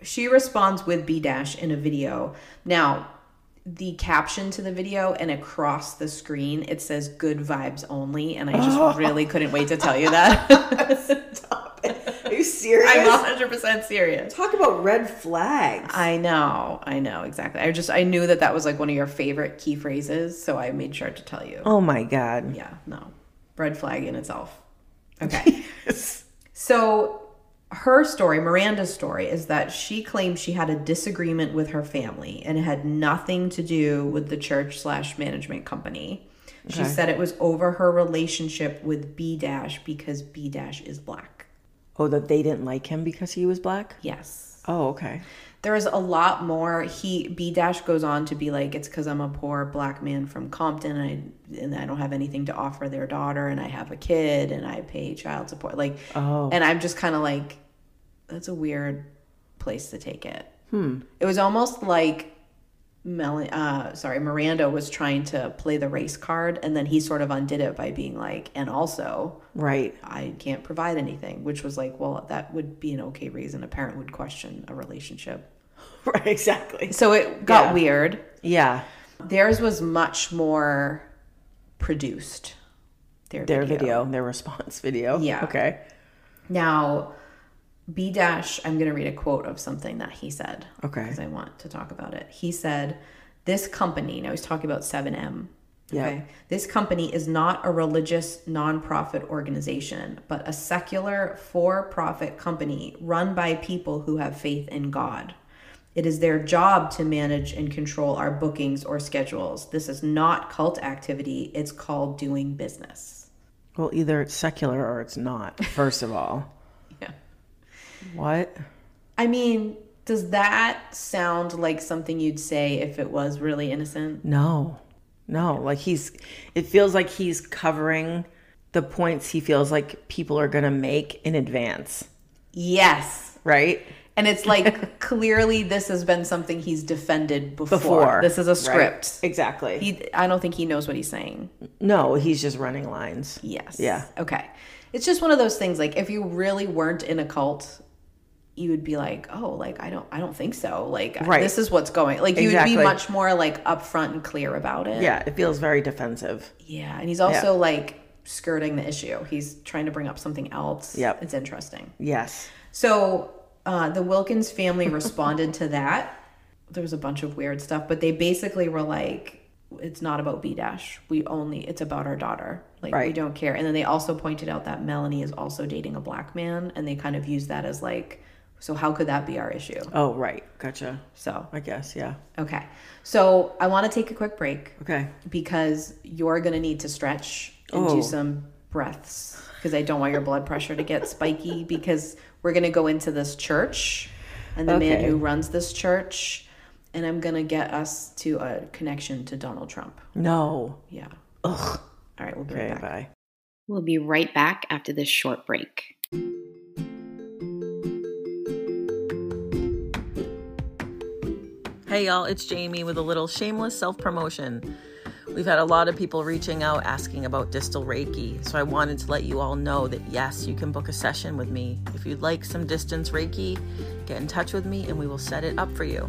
Speaker 3: she responds with B dash in a video. Now, the caption to the video and across the screen it says good vibes only and I just really couldn't wait to tell you that. Stop it.
Speaker 2: Are you serious?
Speaker 3: I'm 100% serious.
Speaker 2: Talk about red flags.
Speaker 3: I know. I know exactly. I just I knew that that was like one of your favorite key phrases, so I made sure to tell you.
Speaker 2: oh my god.
Speaker 3: Yeah, no. Red flag in itself. Okay. So her story, Miranda's story, is that she claimed she had a disagreement with her family and it had nothing to do with the church slash management company. She said it was over her relationship with B Dash because B Dash is black.
Speaker 2: Oh, that they didn't like him because he was black.
Speaker 3: Yes.
Speaker 2: Oh, okay.
Speaker 3: there is a lot more he b dash goes on to be like it's because i'm a poor black man from compton and I, and I don't have anything to offer their daughter and i have a kid and i pay child support like
Speaker 2: Oh.
Speaker 3: and i'm just kind of like that's a weird place to take it hmm. it was almost like Mel- uh, sorry miranda was trying to play the race card and then he sort of undid it by being like and also
Speaker 2: Right.
Speaker 3: I can't provide anything, which was like, well, that would be an okay reason. A parent would question a relationship.
Speaker 2: Right. Exactly.
Speaker 3: So it got
Speaker 2: Yeah.
Speaker 3: weird.
Speaker 2: Yeah.
Speaker 3: Theirs was much more produced.
Speaker 2: Their video, their response video.
Speaker 3: Yeah.
Speaker 2: Okay.
Speaker 3: Now, B dash, I'm going to read a quote of something that he said.
Speaker 2: Okay.
Speaker 3: Because I want to talk about it. He said, This company, now he's talking about 7M.
Speaker 2: Yeah.
Speaker 3: This company is not a religious nonprofit organization, but a secular for profit company run by people who have faith in God. It is their job to manage and control our bookings or schedules. This is not cult activity, it's called doing business.
Speaker 2: Well, either it's secular or it's not. First of all,
Speaker 3: Yeah.
Speaker 2: what?
Speaker 3: I mean, does that sound like something you'd say if it was really innocent?
Speaker 2: No, no. Like he's, it feels like he's covering the points he feels like people are going to make in advance,
Speaker 3: Yes.
Speaker 2: right?
Speaker 3: And it's like clearly this has been something he's defended before.
Speaker 2: Before.
Speaker 3: This is a
Speaker 2: right?
Speaker 3: script.
Speaker 2: Exactly.
Speaker 3: He, I don't think he knows what he's saying.
Speaker 2: no, he's just running lines.
Speaker 3: Yes.
Speaker 2: Yeah.
Speaker 3: Okay. It's just one of those things like if you really weren't in a cult, you would be like, "Oh, like I don't I don't think so. Like
Speaker 2: Right.
Speaker 3: this is what's going." Like you would
Speaker 2: Exactly.
Speaker 3: be much more like upfront and clear about it.
Speaker 2: Yeah, it feels very defensive.
Speaker 3: Yeah, and he's also like skirting the issue. He's trying to bring up something else.
Speaker 2: Yep.
Speaker 3: It's interesting.
Speaker 2: Yes.
Speaker 3: So uh, the Wilkins family responded to that. There was a bunch of weird stuff, but they basically were like, "It's not about B Dash. We only it's about our daughter. Like we
Speaker 2: Right.
Speaker 3: don't care." And then they also pointed out that Melanie is also dating a black man, and they kind of used that as like, "So how could that be our issue?"
Speaker 2: Oh, right. Gotcha.
Speaker 3: So
Speaker 2: I guess. Yeah.
Speaker 3: okay, so I want to take a quick break
Speaker 2: Okay.
Speaker 3: because you're going to need to stretch and
Speaker 2: Oh.
Speaker 3: do some breaths because I don't want your blood pressure to get spiky because we're going to go into this church and the man
Speaker 2: Okay.
Speaker 3: who runs this church and I'm going to get us to a connection to Donald Trump.
Speaker 2: No.
Speaker 3: Yeah.
Speaker 2: Ugh.
Speaker 3: All right, we'll be right
Speaker 2: Okay.
Speaker 3: back.
Speaker 2: Bye.
Speaker 6: We'll be right back after this short break.
Speaker 2: Hey y'all, it's Jamie with a little shameless self promotion. We've had a lot of people reaching out asking about distal Reiki, so I wanted to let you all know that yes, you can book a session with me. If you'd like some distance Reiki, get in touch with me and we will set it up for you.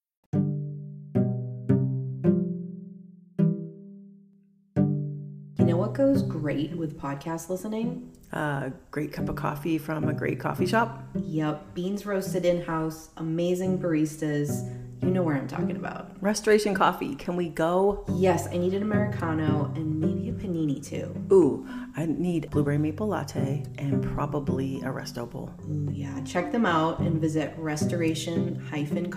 Speaker 3: You know what goes great with podcast listening?
Speaker 2: A great cup of coffee from a great coffee shop.
Speaker 3: Yep, beans roasted in house, amazing baristas. You know where I'm talking about.
Speaker 2: Restoration coffee. Can we go?
Speaker 3: Yes, I need an Americano and maybe a panini too.
Speaker 2: Ooh, I need blueberry maple latte and probably a resto bowl.
Speaker 3: Ooh, yeah, check them out and visit restoration-coffee.com.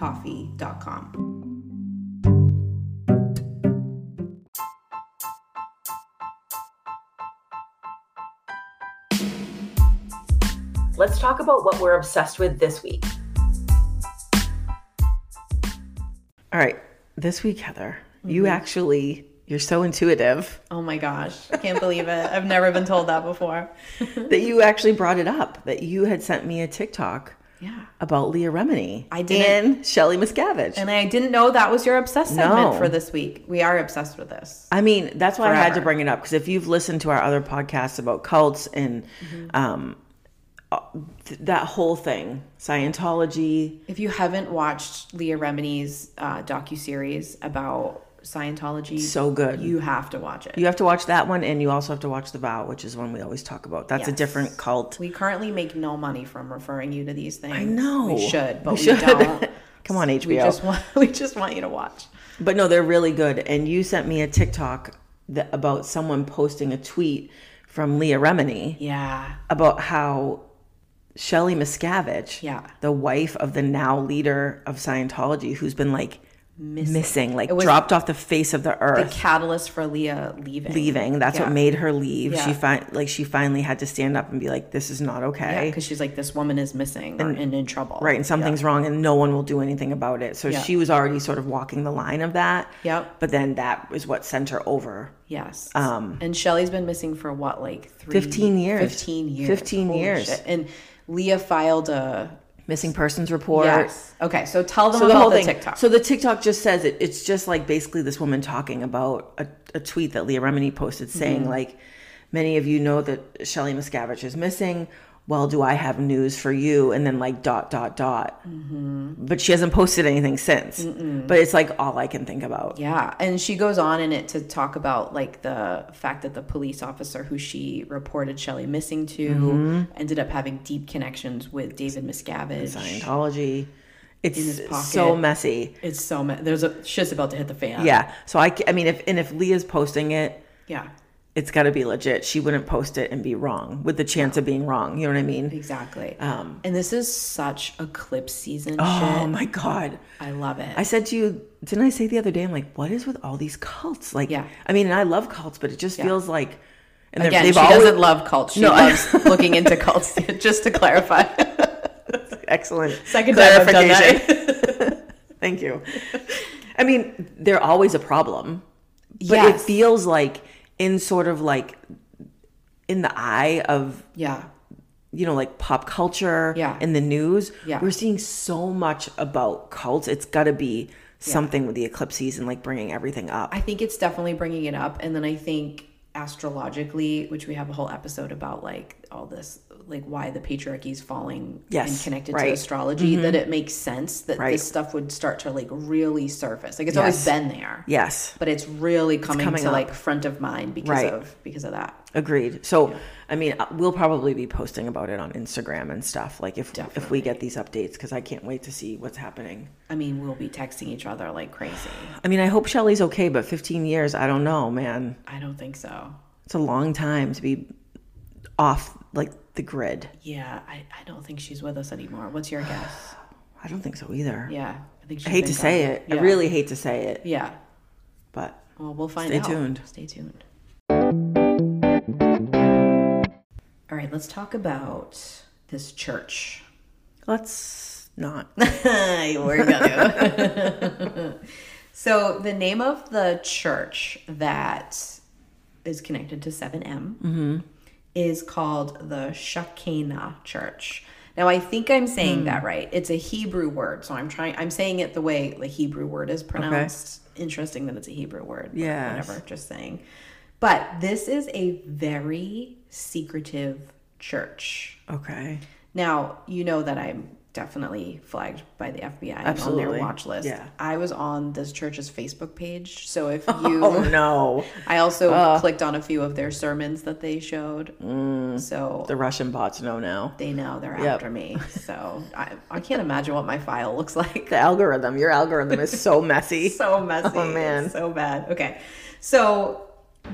Speaker 2: Let's talk about what we're obsessed with this week. All right, this week, Heather,
Speaker 3: Mm-hmm.
Speaker 2: you actually you're so intuitive
Speaker 3: Oh my gosh, I can't believe it. I've never been told that before.
Speaker 2: that you actually brought it up. That you had sent me a TikTok
Speaker 3: Yeah.
Speaker 2: about Leah Remini.
Speaker 3: I didn't-
Speaker 2: And Shelly Miscavige.
Speaker 3: And I didn't know that was your obsessed segment
Speaker 2: No.
Speaker 3: for this week. We are obsessed with this.
Speaker 2: I mean, that's why I had to
Speaker 3: Forever.
Speaker 2: bring it up because if you've listened to our other podcasts about cults and
Speaker 3: Mm-hmm.
Speaker 2: um, uh, th- that whole thing, Scientology,
Speaker 3: If you haven't watched Leah Remini's uh, docu series about Scientology,
Speaker 2: so good. You,
Speaker 3: you have to watch it.
Speaker 2: you have to watch that one, and you also have to watch The Vow, which is one we always talk about. That's a
Speaker 3: Yes.
Speaker 2: different cult.
Speaker 3: We currently make no money from referring you to these things. I
Speaker 2: know.
Speaker 3: we should, but we,
Speaker 2: should.
Speaker 3: don't.
Speaker 2: Come on, HBO.
Speaker 3: We just want we just want you to watch.
Speaker 2: But no, they're really good. And you sent me a TikTok that, about someone posting a tweet from Leah Remini
Speaker 3: Yeah,
Speaker 2: about how Shelley Miscavige,
Speaker 3: Yeah.
Speaker 2: the wife of the now leader of Scientology, who's been like missing, like
Speaker 3: was-
Speaker 2: dropped off the face of the
Speaker 3: the
Speaker 2: earth,
Speaker 3: catalyst for Leah leaving.
Speaker 2: leaving. That's what
Speaker 3: Yeah.
Speaker 2: made her leave. She
Speaker 3: Yeah.
Speaker 2: fin- like she finally had to stand up and be like, "This is not okay."
Speaker 3: because she's like, this woman is missing or- and, in trouble.
Speaker 2: Right, and something's wrong, and no one will do anything about it. So
Speaker 3: Yeah.
Speaker 2: she was already sort of walking the line of that.
Speaker 3: Yep.
Speaker 2: But then that was what sent her over.
Speaker 3: Yes. and Shelly's been missing for what, like three,
Speaker 2: 15 um, years.
Speaker 3: 15 years.
Speaker 2: 15 years.
Speaker 3: And Leah filed a.
Speaker 2: Missing persons report.
Speaker 3: yes. Okay, so tell them
Speaker 2: So the
Speaker 3: about
Speaker 2: whole
Speaker 3: the
Speaker 2: thing.
Speaker 3: TikTok.
Speaker 2: So the TikTok just says it. It's just like basically this woman talking about a, a tweet that Leah Remini posted saying
Speaker 3: Mm-hmm.
Speaker 2: like, many of you know that Shelly Miscavige is missing. Well, do I have news for you? And then like dot dot dot.
Speaker 3: Mm-hmm.
Speaker 2: But she hasn't posted anything since. But it's like all I can think about.
Speaker 3: Yeah, and she goes on in it to talk about like the fact that the police officer who she reported Shelley missing to
Speaker 2: Mm-hmm.
Speaker 3: ended up having deep connections with David Miscavige.
Speaker 2: Scientology. It's
Speaker 3: pocket.
Speaker 2: so messy.
Speaker 3: It's so ma- there's a shit's about to hit the fan.
Speaker 2: Yeah. So I, ca- I mean, if and if Leah's posting it,
Speaker 3: yeah,
Speaker 2: it's got to be legit. She wouldn't post it and be wrong with the chance of being wrong. You know what I mean?
Speaker 3: exactly. Um, and this is such a clip season.
Speaker 2: Oh
Speaker 3: shit.
Speaker 2: my god.
Speaker 3: I love it.
Speaker 2: I said to you, didn't I say the other day? I'm like, what is with all these cults? Like,
Speaker 3: Yeah.
Speaker 2: I mean, and I love cults, but it just feels like, and they're-
Speaker 3: Again,
Speaker 2: they've
Speaker 3: she
Speaker 2: always
Speaker 3: doesn't love cults. She
Speaker 2: No, I-
Speaker 3: loves looking into cults. Just to clarify,
Speaker 2: excellent
Speaker 3: Second time I've done that.
Speaker 2: Thank you. I mean, they're always a problem, but it
Speaker 3: Yes.
Speaker 2: feels like in sort of like in the eye of
Speaker 3: yeah,
Speaker 2: you know, like pop culture
Speaker 3: Yeah.
Speaker 2: in the news.
Speaker 3: Yeah.
Speaker 2: We're seeing so much about cults. It's got to be something with the eclipse season, like bringing everything up.
Speaker 3: I think it's definitely bringing it up. And then I think astrologically, which we have a whole episode about, like all this, like why the patriarchy's falling
Speaker 2: Yes,
Speaker 3: and connected
Speaker 2: right. Mm-hmm.
Speaker 3: to astrology, that it makes sense that
Speaker 2: Right.
Speaker 3: this stuff would start to like really surface. Like it's
Speaker 2: Yes.
Speaker 3: always been there.
Speaker 2: yes,
Speaker 3: But it's really coming,
Speaker 2: coming
Speaker 3: to
Speaker 2: up.
Speaker 3: like front of mind because
Speaker 2: Right.
Speaker 3: of because of that.
Speaker 2: agreed. So, I mean, uh, we'll probably be posting about it on Instagram and stuff. Like if if we get these updates, because I can't wait to see what's happening.
Speaker 3: I mean, we'll be texting each other like crazy.
Speaker 2: I mean, I hope Shelly's okay, but 15 years, I don't know, man.
Speaker 3: I don't think so.
Speaker 2: It's a long time to be off like the grid.
Speaker 3: Yeah, I, I don't think she's with us anymore. What's your guess?
Speaker 2: I don't think so either.
Speaker 3: Yeah, I think she's
Speaker 2: I hate
Speaker 3: been
Speaker 2: to
Speaker 3: gone.
Speaker 2: say it. I
Speaker 3: Yeah.
Speaker 2: really hate to say it,
Speaker 3: Yeah.
Speaker 2: but
Speaker 3: Well, we'll find
Speaker 2: Stay
Speaker 3: out.
Speaker 2: tuned.
Speaker 3: Stay tuned. All right, let's talk about this church.
Speaker 2: let's not.
Speaker 3: We're gonna. so the name of the church that is connected to 7M is called the Shekinah Church. Now I think I'm saying that right. It's a Hebrew word, so I'm trying. I'm saying it the way the Hebrew word is pronounced. Interesting that it's a Hebrew word. but
Speaker 2: Yes.
Speaker 3: Whatever. Just saying. But this is a very secretive church.
Speaker 2: Okay.
Speaker 3: Now, you know that I'm definitely flagged by the FBI and on
Speaker 2: Absolutely.
Speaker 3: their watch list.
Speaker 2: Yeah.
Speaker 3: I was on this church's Facebook page. So if
Speaker 2: Oh Uh.
Speaker 3: you
Speaker 2: no,
Speaker 3: I also clicked on a few of their sermons that they showed.
Speaker 2: Mm.
Speaker 3: so
Speaker 2: the Russian bots know now.
Speaker 3: they know they're after me. So I, I can't imagine what my file looks like.
Speaker 2: The algorithm, your algorithm is so messy.
Speaker 3: so messy.
Speaker 2: Oh, man.
Speaker 3: It's so bad. Okay. So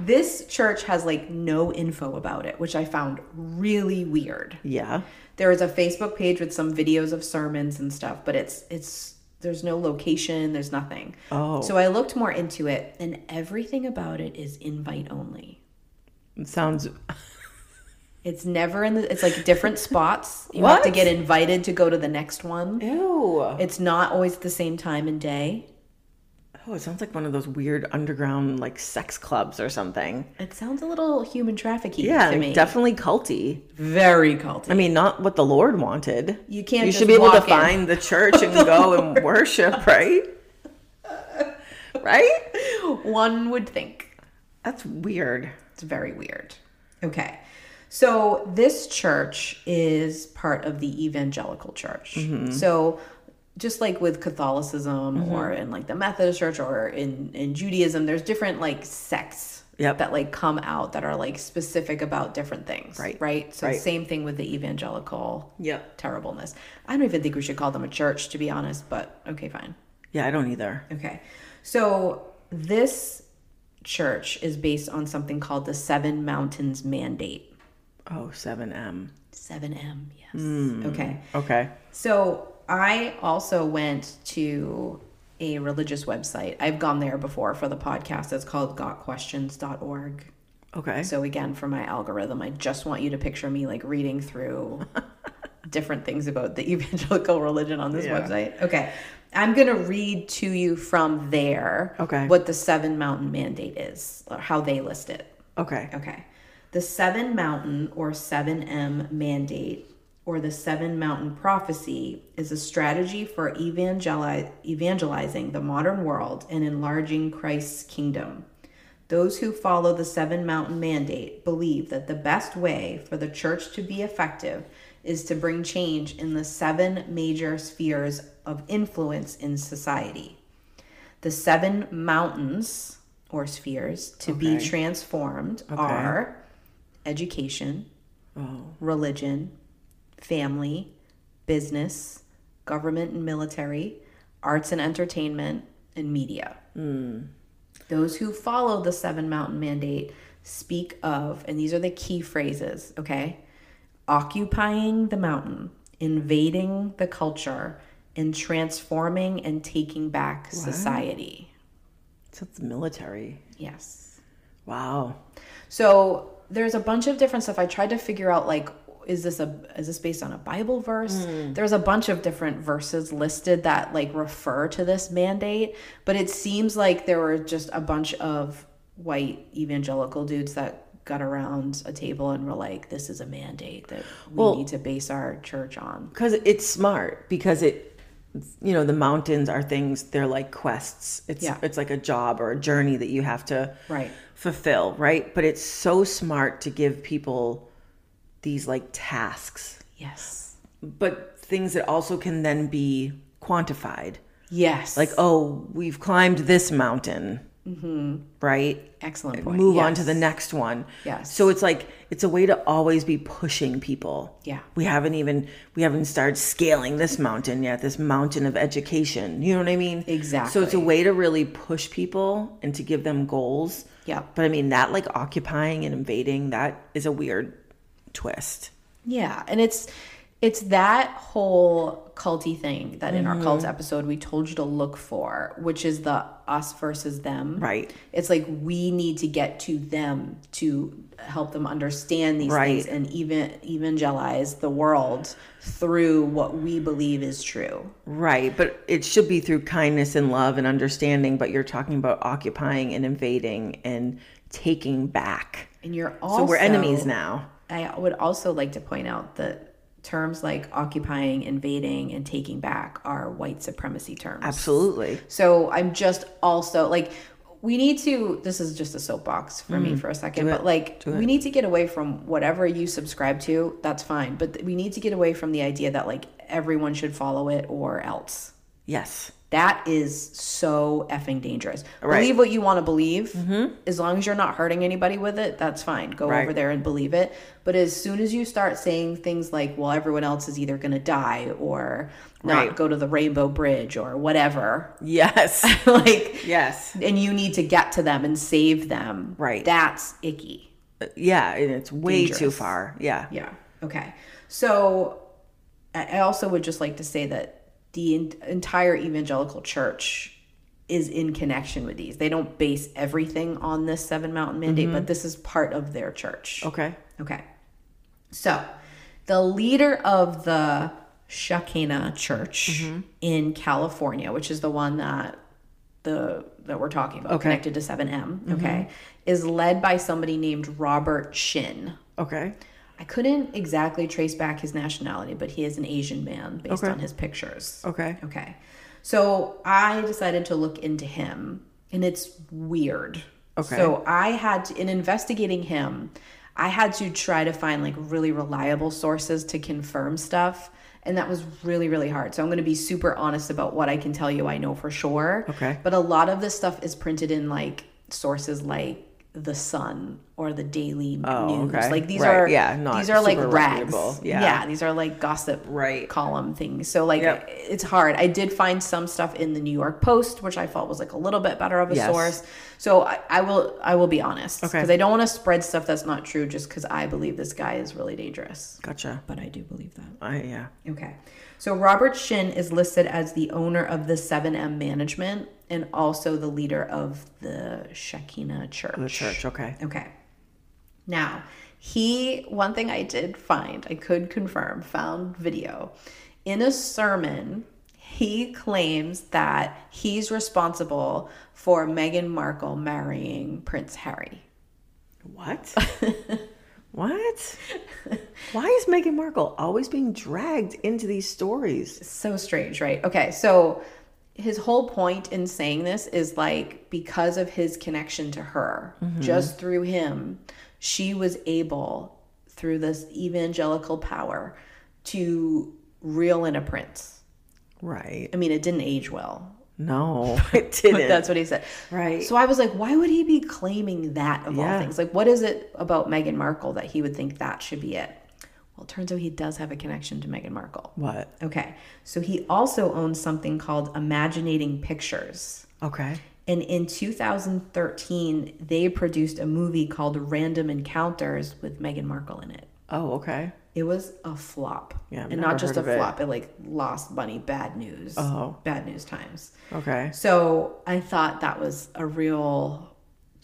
Speaker 3: this church has like no info about it, which I found really weird.
Speaker 2: yeah.
Speaker 3: there is a Facebook page with some videos of sermons and stuff, but it's it's there's no location, there's nothing.
Speaker 2: Oh.
Speaker 3: So I looked more into it and everything about it is invite only.
Speaker 2: It sounds
Speaker 3: It's never in the it's like different spots. You have to
Speaker 2: What?
Speaker 3: get invited to go to the next one.
Speaker 2: ew.
Speaker 3: It's not always the same time and day.
Speaker 2: Oh, it sounds like one of those weird underground like sex clubs or something.
Speaker 3: It sounds a little human trafficking
Speaker 2: Yeah,
Speaker 3: to me.
Speaker 2: definitely culty.
Speaker 3: Very culty.
Speaker 2: I mean, not what the Lord wanted.
Speaker 3: You can't
Speaker 2: You
Speaker 3: just
Speaker 2: should be able to
Speaker 3: walk in.
Speaker 2: find the church and go and worship, right? Right?
Speaker 3: one would think.
Speaker 2: That's weird.
Speaker 3: It's very weird. Okay. So this church is part of the evangelical church.
Speaker 2: Mm-hmm.
Speaker 3: So just like with Catholicism or in like the Methodist church or in in Judaism, there's different like sects
Speaker 2: Yep.
Speaker 3: that like come out that are like specific about different things.
Speaker 2: Right.
Speaker 3: Right. So
Speaker 2: Right.
Speaker 3: same thing with the evangelical
Speaker 2: Yep.
Speaker 3: terribleness. I don't even think we should call them a church to be honest, but okay, fine.
Speaker 2: Yeah, I don't either.
Speaker 3: Okay. So this church is based on something called the Seven Mountains Mandate.
Speaker 2: Oh, 7M.
Speaker 3: 7M, yes. Okay.
Speaker 2: Okay.
Speaker 3: So I also went to a religious website. I've gone there before for the podcast. It's called gotquestions.org.
Speaker 2: Okay.
Speaker 3: So again, for my algorithm, I just want you to picture me like reading through different things about the evangelical religion on this website. Okay. I'm going to read to you from there
Speaker 2: Okay.
Speaker 3: what the seven mountain mandate is, or how they list it.
Speaker 2: okay.
Speaker 3: Okay. The seven mountain or 7M mandate or the seven mountain prophecy is a strategy for evangeli- evangelizing the modern world and enlarging Christ's kingdom. Those who follow the seven mountain mandate believe that the best way for the church to be effective is to bring change in the seven major spheres of influence in society the seven mountains or spheres to be transformed are education,
Speaker 2: Oh,
Speaker 3: religion, family, business, government and military, arts and entertainment, and media. Those who follow the seven mountain mandate speak of, and these are the key phrases, okay? Occupying the mountain, invading the culture, and transforming and taking back society.
Speaker 2: So it's military.
Speaker 3: Yes.
Speaker 2: Wow.
Speaker 3: So there's a bunch of different stuff. I tried to figure out like is this a is this based on a Bible verse?
Speaker 2: Hmm.
Speaker 3: There's a bunch of different verses listed that like refer to this mandate, but it seems like there were just a bunch of white evangelical dudes that got around a table and were like, "This is a mandate that we need to base our church on."
Speaker 2: Because it's smart. Because it, you know, the mountains are things. They're like quests. It's
Speaker 3: Yeah.
Speaker 2: it's like a job or a journey that you have to
Speaker 3: Right.
Speaker 2: fulfill. Right. But it's so smart to give people these like tasks,
Speaker 3: Yes.
Speaker 2: but things that also can then be quantified.
Speaker 3: Yes.
Speaker 2: Like, oh, we've climbed this mountain.
Speaker 3: Mm-hmm.
Speaker 2: Right.
Speaker 3: excellent point.
Speaker 2: uh, move on to
Speaker 3: Yes.
Speaker 2: the next one.
Speaker 3: Yes.
Speaker 2: So it's like it's a way to always be pushing people.
Speaker 3: Yeah.
Speaker 2: We haven't even we haven't started scaling this mountain yet, this mountain of education. You know what I mean? So it's
Speaker 3: Exactly.
Speaker 2: a way to really push people and to give them goals.
Speaker 3: Yeah.
Speaker 2: But I mean that like occupying and invading, that is a weird twist.
Speaker 3: Yeah, and it's It's that whole culty thing that in
Speaker 2: Mm-hmm.
Speaker 3: our cult episode we told you to look for, which is the us versus them.
Speaker 2: Right.
Speaker 3: It's like we need to get to them to help them understand these
Speaker 2: Right.
Speaker 3: things and even evangelize the world through what we believe is true.
Speaker 2: Right, but it should be through kindness and love and understanding, but you're talking about occupying and invading and taking back.
Speaker 3: And you're also
Speaker 2: so we're enemies now.
Speaker 3: I would also like to point out that terms like occupying, invading, and taking back are white supremacy terms.
Speaker 2: Absolutely.
Speaker 3: So I'm just also like, we need to. This is just a soapbox for me for a second, but like, we need to get away from whatever you subscribe to. That's fine, but th- we need to get away from the idea that like everyone should follow it or else.
Speaker 2: Yes.
Speaker 3: That is so effing dangerous. Believe what you want to believe. As long as you're not hurting anybody with it, that's fine. Go over there and believe it. But as soon as you start saying things like, well, everyone else is either going to die or not
Speaker 2: Right.
Speaker 3: go to the rainbow bridge or whatever,
Speaker 2: Yes.
Speaker 3: like,
Speaker 2: yes.
Speaker 3: and you need to get to them and save them,
Speaker 2: Right.
Speaker 3: That's icky.
Speaker 2: Yeah, and it's way too
Speaker 3: Dangerous.
Speaker 2: far. Yeah.
Speaker 3: Yeah. Okay. So I I also would just like to say that the en- entire evangelical church is in connection with these. They don't base everything on this seven mountain mandate, but this is part of their church.
Speaker 2: Mm-hmm. Okay.
Speaker 3: Okay. So the leader of the Shekinah church in California, which is the one that the that we're talking about connected to 7M, okay, is led by somebody named Robert Shin.
Speaker 2: Okay.
Speaker 3: I couldn't exactly trace back his nationality, but he is an Asian man based on his pictures.
Speaker 2: Okay.
Speaker 3: Okay. So I decided to look into him, and it's weird.
Speaker 2: Okay.
Speaker 3: So I had to, in investigating him, I had to try to find like really reliable sources to confirm stuff. And that was really, really hard. So I'm going to be super honest about what I can tell you I know for sure.
Speaker 2: Okay.
Speaker 3: But a lot of this stuff is printed in like sources like The Sun or the Daily News.
Speaker 2: Oh, okay.
Speaker 3: Like these
Speaker 2: Right.
Speaker 3: are
Speaker 2: Yeah, not
Speaker 3: these are like
Speaker 2: super
Speaker 3: rags.
Speaker 2: reputable.
Speaker 3: Yeah.
Speaker 2: Yeah.
Speaker 3: these are like gossip
Speaker 2: Right.
Speaker 3: column things. So like
Speaker 2: Yep.
Speaker 3: it's hard. I did find some stuff in the New York Post, which I felt was like a little bit better of a
Speaker 2: Yes.
Speaker 3: source. So I, I will I will be honest
Speaker 2: Okay.
Speaker 3: because I don't want to spread stuff that's not true just because I believe this guy is really dangerous.
Speaker 2: Gotcha.
Speaker 3: But I do believe that.
Speaker 2: I yeah.
Speaker 3: Okay. So Robert Shin is listed as the owner of the 7M management and also the leader of the Shekinah Church.
Speaker 2: The church. Okay.
Speaker 3: Okay. Now, he, one thing I did find, I could confirm, found video. In a sermon, he claims that he's responsible for Meghan Markle marrying Prince Harry.
Speaker 2: What? what? Why is Meghan Markle always being dragged into these stories?
Speaker 3: So strange, right? Okay, so his whole point in saying this is like because of his connection to her,
Speaker 2: Mm-hmm.
Speaker 3: just through him, she was able, through this evangelical power, to reel in a prince.
Speaker 2: Right.
Speaker 3: I mean, it didn't age well,
Speaker 2: No, it didn't.
Speaker 3: but that's what he said.
Speaker 2: Right.
Speaker 3: So I was like, why would he be claiming that of all
Speaker 2: Yeah.
Speaker 3: things? Like, what is it about Meghan Markle that he would think that should be it? Well, it turns out he does have a connection to Meghan Markle.
Speaker 2: what?
Speaker 3: Okay. So he also owns something called Imaginating Pictures.
Speaker 2: Okay.
Speaker 3: And in 2013, they produced a movie called Random Encounters with Meghan Markle in it.
Speaker 2: Oh, okay.
Speaker 3: It was a flop.
Speaker 2: Yeah, I've
Speaker 3: and
Speaker 2: never
Speaker 3: not just a
Speaker 2: heard of it.
Speaker 3: flop, it like lost money, bad news.
Speaker 2: Oh.
Speaker 3: Bad news times.
Speaker 2: Okay.
Speaker 3: So I thought that was a real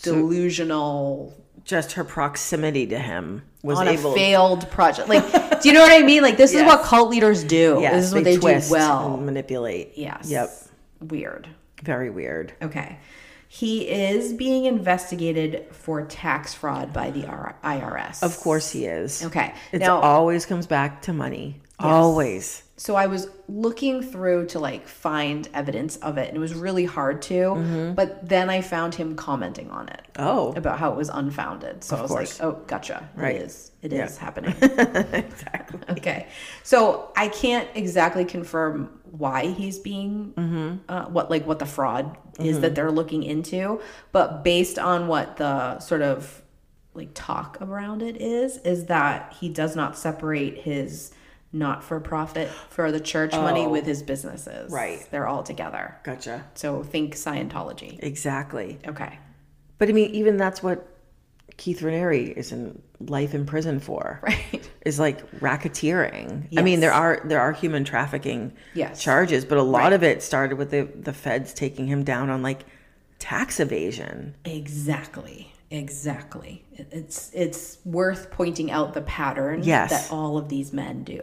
Speaker 3: delusional
Speaker 2: Just her proximity to him was
Speaker 3: on
Speaker 2: able
Speaker 3: a failed project. Like, do you know what I mean? Like this is what cult leaders do.
Speaker 2: Yes,
Speaker 3: this is what they,
Speaker 2: twist
Speaker 3: do well.
Speaker 2: and manipulate.
Speaker 3: Yes.
Speaker 2: Yep.
Speaker 3: Weird.
Speaker 2: Very weird.
Speaker 3: Okay. He is being investigated for tax fraud by the R- IRS.
Speaker 2: Of course he is.
Speaker 3: Okay.
Speaker 2: It
Speaker 3: Now-
Speaker 2: always comes back to money. Always.
Speaker 3: So I was looking through to like find evidence of it and it was really hard to,
Speaker 2: Mm-hmm.
Speaker 3: but then I found him commenting on it
Speaker 2: Oh.
Speaker 3: about how it was unfounded. So I was
Speaker 2: course.
Speaker 3: like, "Oh, gotcha.
Speaker 2: Right.
Speaker 3: It is. It is happening." exactly. Okay. So I can't exactly confirm why he's being
Speaker 2: Mm-hmm.
Speaker 3: uh, what like what the fraud is that they're looking into, but based on what the sort of like talk around it is is that he does not separate his not for profit for the church money with his businesses.
Speaker 2: Oh. Right.
Speaker 3: They're all together.
Speaker 2: Gotcha.
Speaker 3: So think Scientology.
Speaker 2: Exactly.
Speaker 3: Okay.
Speaker 2: But I mean, even that's what Keith Raniere is in life in prison for
Speaker 3: Right.
Speaker 2: is like racketeering. I mean, there are there are human trafficking
Speaker 3: Yes.
Speaker 2: charges, but a lot of it started with the the feds taking him down on like tax evasion.
Speaker 3: Exactly. Exactly. It- It's it's worth pointing out the pattern
Speaker 2: Yes.
Speaker 3: that all of these men do.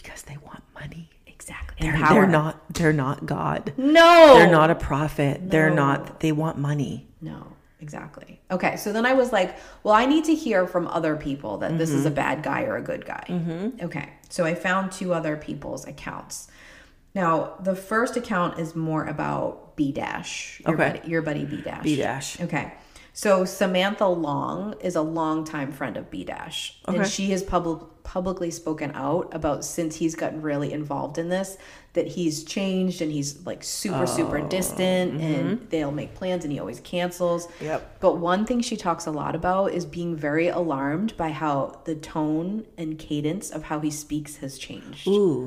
Speaker 2: because they want money.
Speaker 3: Exactly.
Speaker 2: They're,
Speaker 3: And
Speaker 2: they're
Speaker 3: power.
Speaker 2: not they're not God.
Speaker 3: No.
Speaker 2: They're not a prophet. They're not they want money.
Speaker 3: No, exactly. Okay, so then I was like, well, I need to hear from other people that this
Speaker 2: Mm-hmm.
Speaker 3: is a bad guy or a good guy. Okay, so I found two other people's accounts. Now, the first account is more about B Dash, your,
Speaker 2: Okay.
Speaker 3: buddy, your buddy B Dash.
Speaker 2: B dash.
Speaker 3: Okay. So Samantha Long is a longtime friend of B Dash. And she has public publicly spoken out about since he's gotten really involved in this that he's changed and he's like super, super
Speaker 2: Oh,
Speaker 3: distant and they'll make plans and he always cancels.
Speaker 2: mm-hmm. Yep.
Speaker 3: But one thing she talks a lot about is being very alarmed by how the tone and cadence of how he speaks has changed.
Speaker 2: Ooh.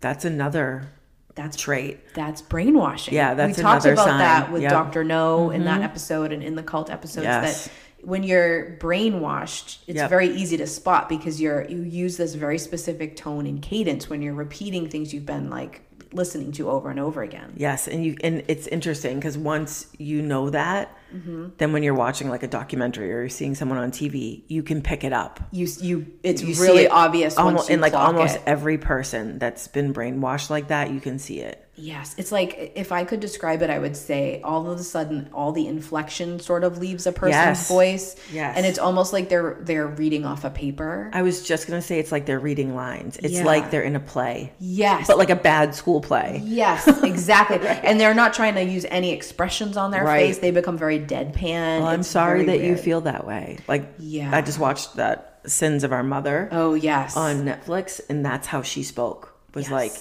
Speaker 2: That's another
Speaker 3: That's
Speaker 2: trait.
Speaker 3: that's brainwashing.
Speaker 2: Yeah, that's
Speaker 3: we talked
Speaker 2: another
Speaker 3: about
Speaker 2: sign.
Speaker 3: that with
Speaker 2: Yep.
Speaker 3: Doctor No in that episode and in the cult episodes.
Speaker 2: Yes.
Speaker 3: That when you're brainwashed, it's
Speaker 2: Yep.
Speaker 3: very easy to spot because you're you use this very specific tone and cadence when you're repeating things you've been like listening to over and over again.
Speaker 2: Yes, and you and it's interesting cuz once you know that,
Speaker 3: Mm-hmm.
Speaker 2: then when you're watching like a documentary or you're seeing someone on TV, you can pick it up.
Speaker 3: You you it's
Speaker 2: You see
Speaker 3: really
Speaker 2: it
Speaker 3: obvious once
Speaker 2: almost
Speaker 3: you
Speaker 2: in like
Speaker 3: clock
Speaker 2: almost
Speaker 3: it.
Speaker 2: every person that's been brainwashed like that, you can see it.
Speaker 3: Yes, it's like if I could describe it, I would say all of a sudden all the inflection sort of leaves a person's
Speaker 2: Yes.
Speaker 3: voice.
Speaker 2: Yes.
Speaker 3: and it's almost like they're they're reading off a paper.
Speaker 2: I was just going to say it's like they're reading lines. It's
Speaker 3: Yeah.
Speaker 2: like they're in a play.
Speaker 3: yes,
Speaker 2: But like a bad school play.
Speaker 3: Yes, exactly. And they're not trying to use any expressions on their
Speaker 2: Right.
Speaker 3: face. They become very deadpan.
Speaker 2: Well, I'm
Speaker 3: It's
Speaker 2: sorry that
Speaker 3: very
Speaker 2: you
Speaker 3: weird.
Speaker 2: feel that way. Like,
Speaker 3: Yeah.
Speaker 2: I just watched that Sins of Our Mother
Speaker 3: Oh yes.
Speaker 2: on Netflix, and that's how she spoke. Was like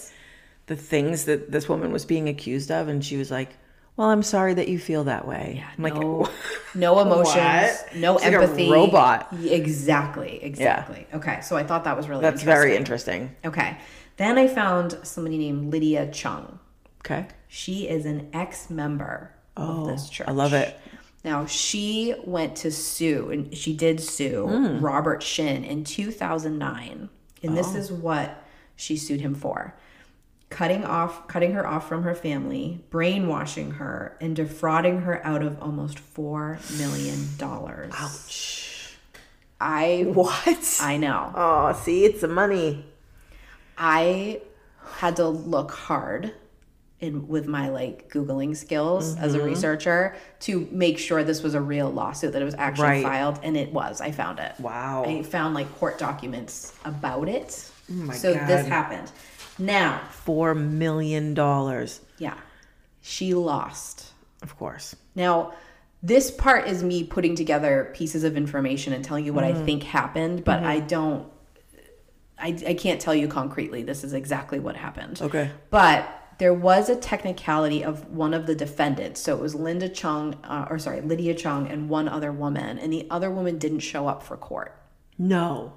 Speaker 2: the things that this woman was being accused of, and she was like, "Well, I'm sorry that you feel that way." I'm like,
Speaker 3: no, no emotions,
Speaker 2: What?
Speaker 3: no
Speaker 2: It's like a
Speaker 3: empathy.
Speaker 2: robot.
Speaker 3: Y- Exactly. Exactly. Okay. So I thought that was really
Speaker 2: "That's very interesting."
Speaker 3: okay. Then I found somebody named Lydia Chung.
Speaker 2: Okay,
Speaker 3: She is an ex-member of this church.
Speaker 2: Oh, I love it.
Speaker 3: Now she went to sue, and she did sue
Speaker 2: Hmm.
Speaker 3: Robert Shin in 2009, and this
Speaker 2: Oh.
Speaker 3: is what she sued him for: cutting off, cutting her off from her family, brainwashing her, and defrauding her out of almost four million dollars. Ouch! I
Speaker 2: What?
Speaker 3: I know.
Speaker 2: Oh, see, it's the money.
Speaker 3: I had to look hard in with my like googling skills as
Speaker 2: Mm-hmm.
Speaker 3: a researcher to make sure this was a real lawsuit that it was actually
Speaker 2: Right.
Speaker 3: filed and it was. I found it.
Speaker 2: Wow.
Speaker 3: I found like court documents about it.
Speaker 2: Oh my
Speaker 3: so this
Speaker 2: God.
Speaker 3: happened. Now,
Speaker 2: Four million dollars,
Speaker 3: yeah. She lost.
Speaker 2: of course.
Speaker 3: Now, this part is me putting together pieces of information and telling you what I think happened, but I don't I, I can't tell you concretely this is exactly what happened.
Speaker 2: Okay.
Speaker 3: But there was a technicality of one of the defendants. So it was Linda Chung, uh, or sorry, Lydia Chung, and one other woman. And the other woman didn't show up for court.
Speaker 2: No,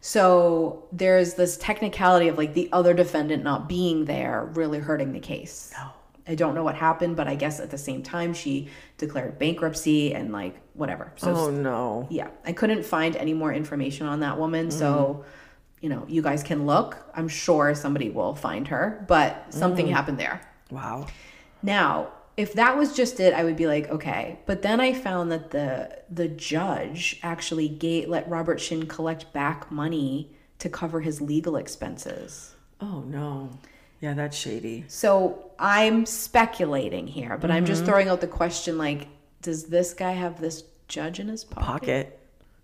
Speaker 3: So there's this technicality of like the other defendant not being there really hurting the case. No. I don't know what happened, but I guess at the same time she declared bankruptcy and like whatever. So
Speaker 2: oh no.
Speaker 3: yeah, I couldn't find any more information on that woman. So, you know, you guys can look. I'm sure somebody will find her, but something happened there.
Speaker 2: Wow.
Speaker 3: Now, if that was just it, I would be like, okay. But then I found that the the judge actually gave, let Robert Shin collect back money to cover his legal expenses.
Speaker 2: Oh no. Yeah, that's shady.
Speaker 3: So I'm speculating here, but I'm just throwing out the question like, does this guy have this judge in his pocket?
Speaker 2: Pocket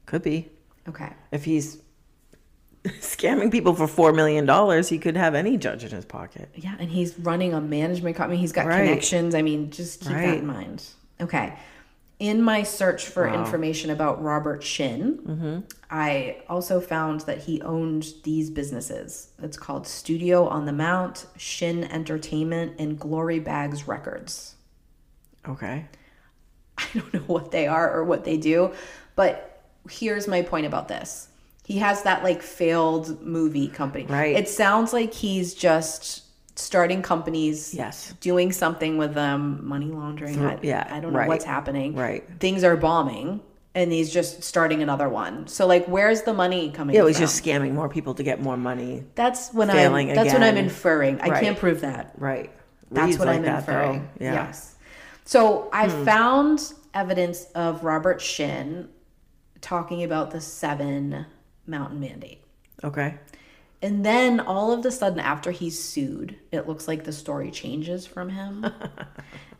Speaker 2: could be.
Speaker 3: Okay.
Speaker 2: if he's scamming people for four million dollars, he could have any judge in his pocket.
Speaker 3: Yeah, and he's running a management company. He's got
Speaker 2: Right.
Speaker 3: connections. I mean, just keep that
Speaker 2: Right.
Speaker 3: in mind. Okay. In my search for information about Robert Shin,
Speaker 2: Mm-hmm.
Speaker 3: I also found that he owned these businesses. It's called Studio on the Mount, Shin Entertainment, and Glory Bags Records.
Speaker 2: Okay.
Speaker 3: I don't know what they are or what they do, but here's my point about this. He has that like failed movie company.
Speaker 2: Right.
Speaker 3: It sounds like he's just starting companies
Speaker 2: Yes.
Speaker 3: doing something with them, money laundering. I,
Speaker 2: yeah,
Speaker 3: I don't know
Speaker 2: right,
Speaker 3: what's happening.
Speaker 2: right.
Speaker 3: Things are bombing. and he's just starting another one. So like, where's the money coming?
Speaker 2: Yeah, it
Speaker 3: from?
Speaker 2: was just scamming more people to get more money.
Speaker 3: that's when I
Speaker 2: failing
Speaker 3: that's when I'm
Speaker 2: again.
Speaker 3: inferring. I
Speaker 2: Right.
Speaker 3: can't prove that.
Speaker 2: Right.
Speaker 3: That's
Speaker 2: Reads
Speaker 3: what
Speaker 2: like
Speaker 3: I'm
Speaker 2: that, though.
Speaker 3: inferring.
Speaker 2: Yeah. Hmm.
Speaker 3: Yes. So I found evidence of Robert Shin talking about the seven mountain mandate.
Speaker 2: Okay.
Speaker 3: And then all of the sudden, after he's sued, it looks like the story changes from him.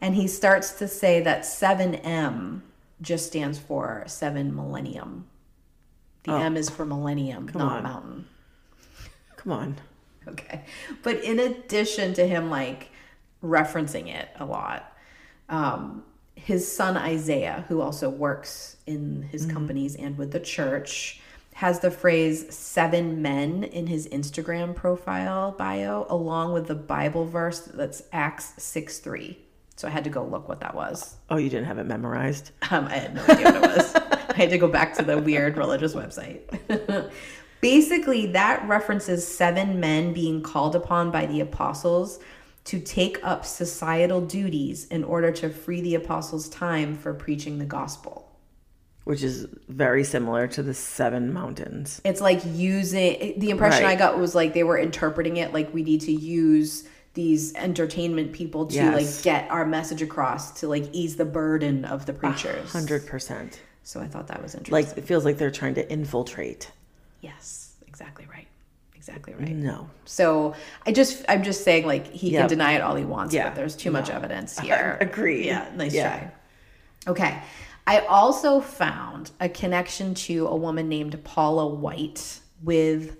Speaker 3: and he starts to say that 7M just stands for seven millennium. The M is for millennium, not mountain.
Speaker 2: Come on.
Speaker 3: Okay. But in addition to him like referencing it a lot, um, his son Isaiah, who also works in his companies and with the church, has the phrase seven men in his Instagram profile bio, along with the Bible verse that's Acts 6 3. So I had to go look what that was.
Speaker 2: Oh, you didn't have it memorized.
Speaker 3: Um, I had no idea what it was. I had to go back to the weird religious website. Basically, that references seven men being called upon by the apostles to take up societal duties in order to free the apostles' time for preaching the gospel.
Speaker 2: Which is very similar to the seven mountains.
Speaker 3: It's like using the impression
Speaker 2: Right.
Speaker 3: I got was like they were interpreting it like we need to use these entertainment people to
Speaker 2: Yes.
Speaker 3: like get our message across to like ease the burden of the preachers.
Speaker 2: Hundred percent.
Speaker 3: So I thought that was interesting.
Speaker 2: Like it feels like they're trying to infiltrate.
Speaker 3: Yes, exactly right. Exactly right.
Speaker 2: No.
Speaker 3: So I just I'm just saying like he
Speaker 2: Yeah.
Speaker 3: can deny it all he wants,
Speaker 2: Yeah.
Speaker 3: but there's too much evidence here.
Speaker 2: Agreed.
Speaker 3: Yeah, nice
Speaker 2: Yeah.
Speaker 3: try. Okay. I also found a connection to a woman named Paula White with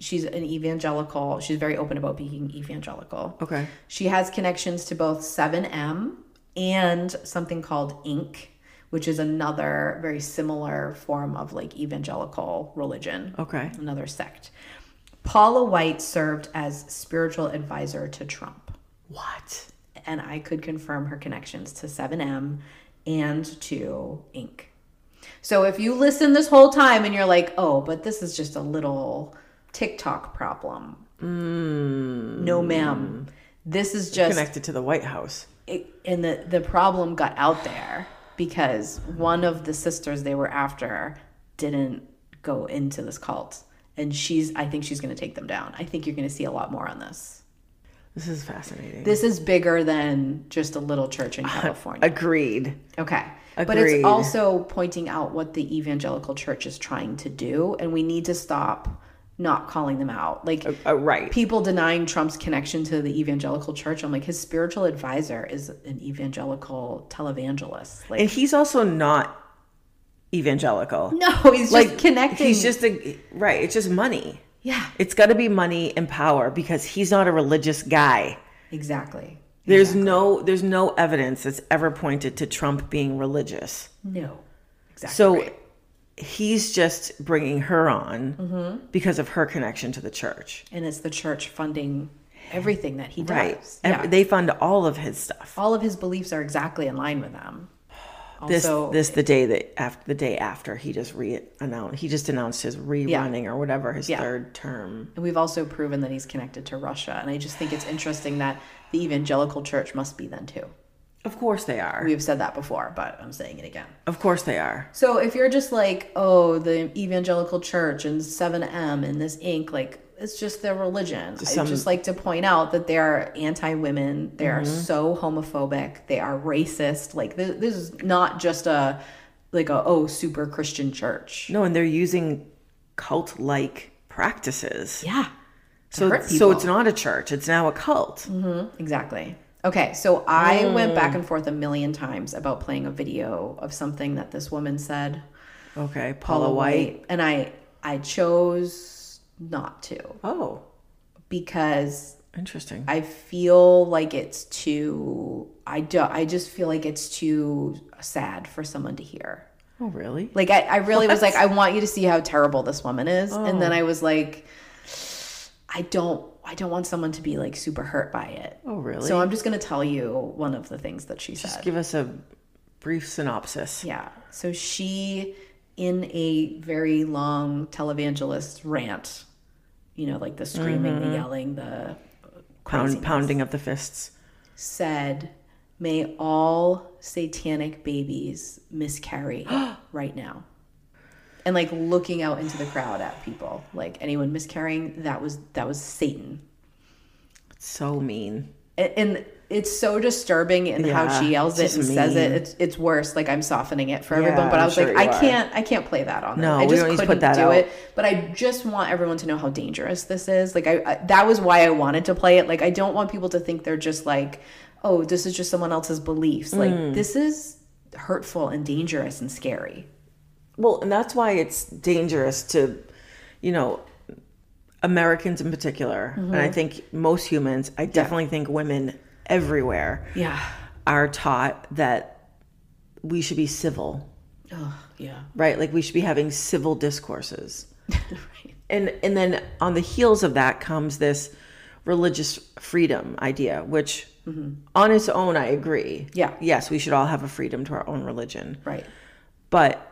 Speaker 3: she's an evangelical. She's very open about being evangelical.
Speaker 2: Okay.
Speaker 3: She has connections to both 7M and something called Inc, which is another very similar form of like evangelical religion
Speaker 2: Okay.
Speaker 3: another sect. Paula White served as spiritual advisor to Trump,
Speaker 2: What?
Speaker 3: and I could confirm her connections to 7M and to Inc. So if you listen this whole time and you're like, oh, but this is just a little TikTok problem. No, ma'am. This is just
Speaker 2: Connected to the White House.
Speaker 3: it, and the the problem got out there because one of the sisters they were after didn't go into this cult and she's i think she's going to take them down i think you're going to see a lot more on this
Speaker 2: This is fascinating.
Speaker 3: this is bigger than just a little church in california
Speaker 2: Agreed.
Speaker 3: okay but it's
Speaker 2: Agreed.
Speaker 3: also pointing out what the evangelical church is trying to do and we need to stop not calling them out like
Speaker 2: Uh, right.
Speaker 3: people denying Trump's connection to the evangelical church. I'm like, his spiritual advisor is an evangelical televangelist. Like,
Speaker 2: and he's also not evangelical.
Speaker 3: no, he's just
Speaker 2: like
Speaker 3: connecting.
Speaker 2: He's just a right. It's just money.
Speaker 3: yeah,
Speaker 2: It's got to be money and power because he's not a religious guy.
Speaker 3: exactly.
Speaker 2: There's no there's no evidence that's ever pointed to Trump being religious.
Speaker 3: No, exactly.
Speaker 2: So
Speaker 3: right.
Speaker 2: he's just bringing her on
Speaker 3: Mm-hmm.
Speaker 2: because of her connection to the church.
Speaker 3: and it's the church funding everything that he does.
Speaker 2: Ev-
Speaker 3: Yeah.
Speaker 2: They fund all of his stuff.
Speaker 3: All of his beliefs are exactly in line with them.
Speaker 2: This
Speaker 3: Also,
Speaker 2: this the day that after the day after he just re announced he just announced his rerunning or whatever his
Speaker 3: Yeah.
Speaker 2: third term.
Speaker 3: and we've also proven that he's connected to Russia. And I just think it's interesting that the evangelical church must be then too.
Speaker 2: Of course they are.
Speaker 3: We've said that before, but I'm saying it again.
Speaker 2: Of course they are.
Speaker 3: So if you're just like, oh, the evangelical church and 7M and this Inc., like, it's just their religion.
Speaker 2: some-
Speaker 3: I just like to point out that they are anti women. They are so homophobic. They are racist. Like, this, this is not just a, like, a, oh, super Christian church.
Speaker 2: No, and they're using cult like practices.
Speaker 3: Yeah.
Speaker 2: so
Speaker 3: hurt
Speaker 2: so
Speaker 3: people.
Speaker 2: it's not a church. It's now a cult.
Speaker 3: Exactly. Okay, so I went
Speaker 2: Hmm.
Speaker 3: back and forth a million times about playing a video of something that this woman said,
Speaker 2: Okay, Paula, White.
Speaker 3: and I I chose not to
Speaker 2: Oh,
Speaker 3: because
Speaker 2: interesting.
Speaker 3: I feel like it's too. I do. I just feel like it's too sad for someone to hear.
Speaker 2: oh, really?
Speaker 3: Like I, I really was like, I want you to see how terrible this woman is, and
Speaker 2: Oh.
Speaker 3: then I was like, I don't. I don't want someone to be like super hurt by it.
Speaker 2: Oh, really?
Speaker 3: So I'm just gonna tell you one of the things that she said.
Speaker 2: Just give us a brief synopsis.
Speaker 3: Yeah. So she, in a very long televangelist rant, you know, like the screaming, the yelling, the
Speaker 2: Pound, pounding of the fists.
Speaker 3: said, May all satanic babies miscarry right now. And like looking out into the crowd at people, like anyone miscarrying, that was that was Satan.
Speaker 2: So mean.
Speaker 3: A- And it's so disturbing and how she
Speaker 2: Yeah,
Speaker 3: yells it
Speaker 2: it's
Speaker 3: and
Speaker 2: just
Speaker 3: says it.
Speaker 2: mean.
Speaker 3: It's it's worse. Like I'm softening it for everyone, but I
Speaker 2: I'm
Speaker 3: was
Speaker 2: sure
Speaker 3: like, I
Speaker 2: you are.
Speaker 3: can't, I can't play that on.
Speaker 2: No,
Speaker 3: them. I
Speaker 2: we
Speaker 3: just
Speaker 2: don't need to
Speaker 3: couldn't
Speaker 2: put that
Speaker 3: do
Speaker 2: out.
Speaker 3: it. But I just want everyone to know how dangerous this is. Like I, I, that was why I wanted to play it. Like I don't want people to think they're just like, oh, this is just someone else's beliefs. Like
Speaker 2: Mm.
Speaker 3: this is hurtful and dangerous and scary.
Speaker 2: Well, and that's why it's dangerous to, you know, Americans in particular, and I
Speaker 3: Mm-hmm.
Speaker 2: think most humans, I definitely think women everywhere
Speaker 3: Yeah.
Speaker 2: are taught that we should be civil,
Speaker 3: Oh yeah.
Speaker 2: right? Like we should be having civil discourses.
Speaker 3: right.
Speaker 2: and and then on the heels of that comes this religious freedom idea which on its own i agree
Speaker 3: Mm-hmm. Yeah.
Speaker 2: yes we should all have a freedom to our own religion
Speaker 3: Right.
Speaker 2: but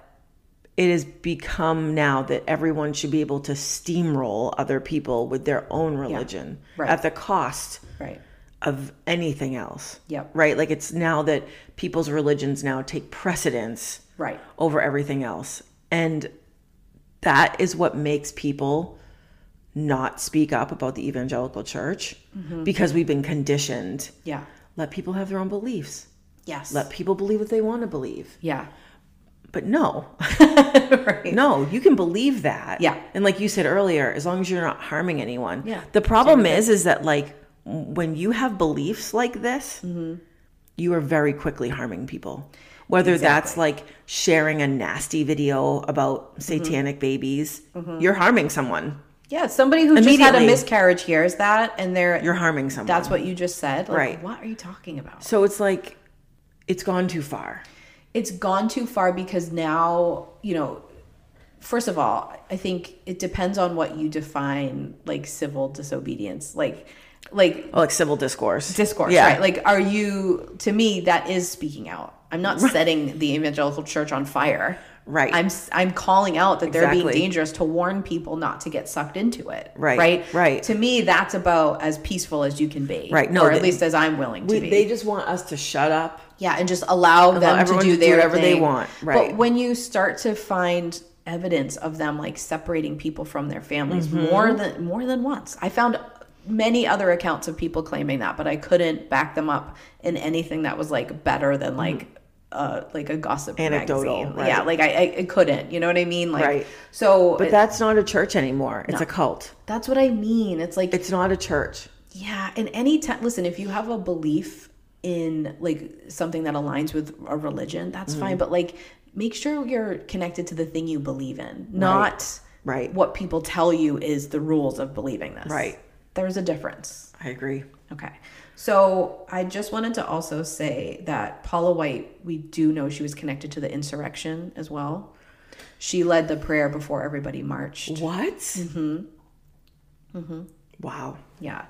Speaker 2: it has become now that everyone should be able to steamroll other people with their own religion
Speaker 3: Right.
Speaker 2: at the cost
Speaker 3: Right.
Speaker 2: of anything else
Speaker 3: Yep.
Speaker 2: right like it's now that people's religions now take precedence
Speaker 3: Right.
Speaker 2: over everything else. And that is what makes people not speak up about the evangelical church because we've been conditioned.
Speaker 3: Yeah.
Speaker 2: Let people have their own beliefs.
Speaker 3: Yes.
Speaker 2: Let people believe what they want to believe.
Speaker 3: yeah.
Speaker 2: But no,
Speaker 3: right.
Speaker 2: no, you can believe that.
Speaker 3: Yeah.
Speaker 2: And like you said earlier, as long as you're not harming anyone.
Speaker 3: Yeah.
Speaker 2: The problem is, is that like when you have beliefs like this,
Speaker 3: Mm-hmm.
Speaker 2: you are very quickly harming people. Whether that's like sharing a nasty video
Speaker 3: Mm-hmm.
Speaker 2: about satanic babies, you're harming someone.
Speaker 3: Yeah. Somebody who just had a
Speaker 2: Immediately.
Speaker 3: miscarriage hears that and they're
Speaker 2: You're harming someone.
Speaker 3: That's what you just said. Like,
Speaker 2: Right.
Speaker 3: What are you talking about?
Speaker 2: so it's like it's gone too far.
Speaker 3: It's gone too far because now, you know, first of all, I think it depends on what you define like civil disobedience. Like, like
Speaker 2: Well, like civil discourse.
Speaker 3: discourse,
Speaker 2: Yeah.
Speaker 3: right? Like, are you, to me, that is speaking out. I'm not setting the evangelical church on fire.
Speaker 2: Right.
Speaker 3: I'm I'm calling out that they're being
Speaker 2: Exactly.
Speaker 3: dangerous to warn people not to get sucked into it.
Speaker 2: Right,
Speaker 3: Right.
Speaker 2: right.
Speaker 3: To me, that's about as peaceful as you can be.
Speaker 2: Right, no,
Speaker 3: Or at
Speaker 2: they-
Speaker 3: least as I'm willing to
Speaker 2: We-
Speaker 3: be.
Speaker 2: they just want us to shut up.
Speaker 3: Yeah, and just allow, them to
Speaker 2: everyone
Speaker 3: do
Speaker 2: to do
Speaker 3: their
Speaker 2: whatever they
Speaker 3: thing.
Speaker 2: want, right.
Speaker 3: But when you start to find evidence of them like separating people from their families
Speaker 2: Mm-hmm.
Speaker 3: more than more than once, I found many other accounts of people claiming that, but I couldn't back them up in anything that was like better than like. Uh, like a gossip
Speaker 2: Mm-hmm. Anecdotal,
Speaker 3: magazine.
Speaker 2: right.
Speaker 3: yeah like I, I I couldn't you know what i mean like
Speaker 2: Right.
Speaker 3: so
Speaker 2: But that's not a church anymore. It's a cult.
Speaker 3: that's what i mean it's like
Speaker 2: It's not a church.
Speaker 3: yeah, and any time, listen, if you have a belief in like something that aligns with a religion, that's
Speaker 2: Mm-hmm.
Speaker 3: fine. But like, make sure you're connected to the thing you believe in, not
Speaker 2: Right.
Speaker 3: what people tell you is the rules of believing this.
Speaker 2: Right.
Speaker 3: There's a difference.
Speaker 2: I agree.
Speaker 3: Okay. So I just wanted to also say that Paula White, we do know she was connected to the insurrection as well. She led the prayer before everybody marched.
Speaker 2: What? Mm-hmm.
Speaker 3: Mm-hmm.
Speaker 2: Wow.
Speaker 3: Yeah.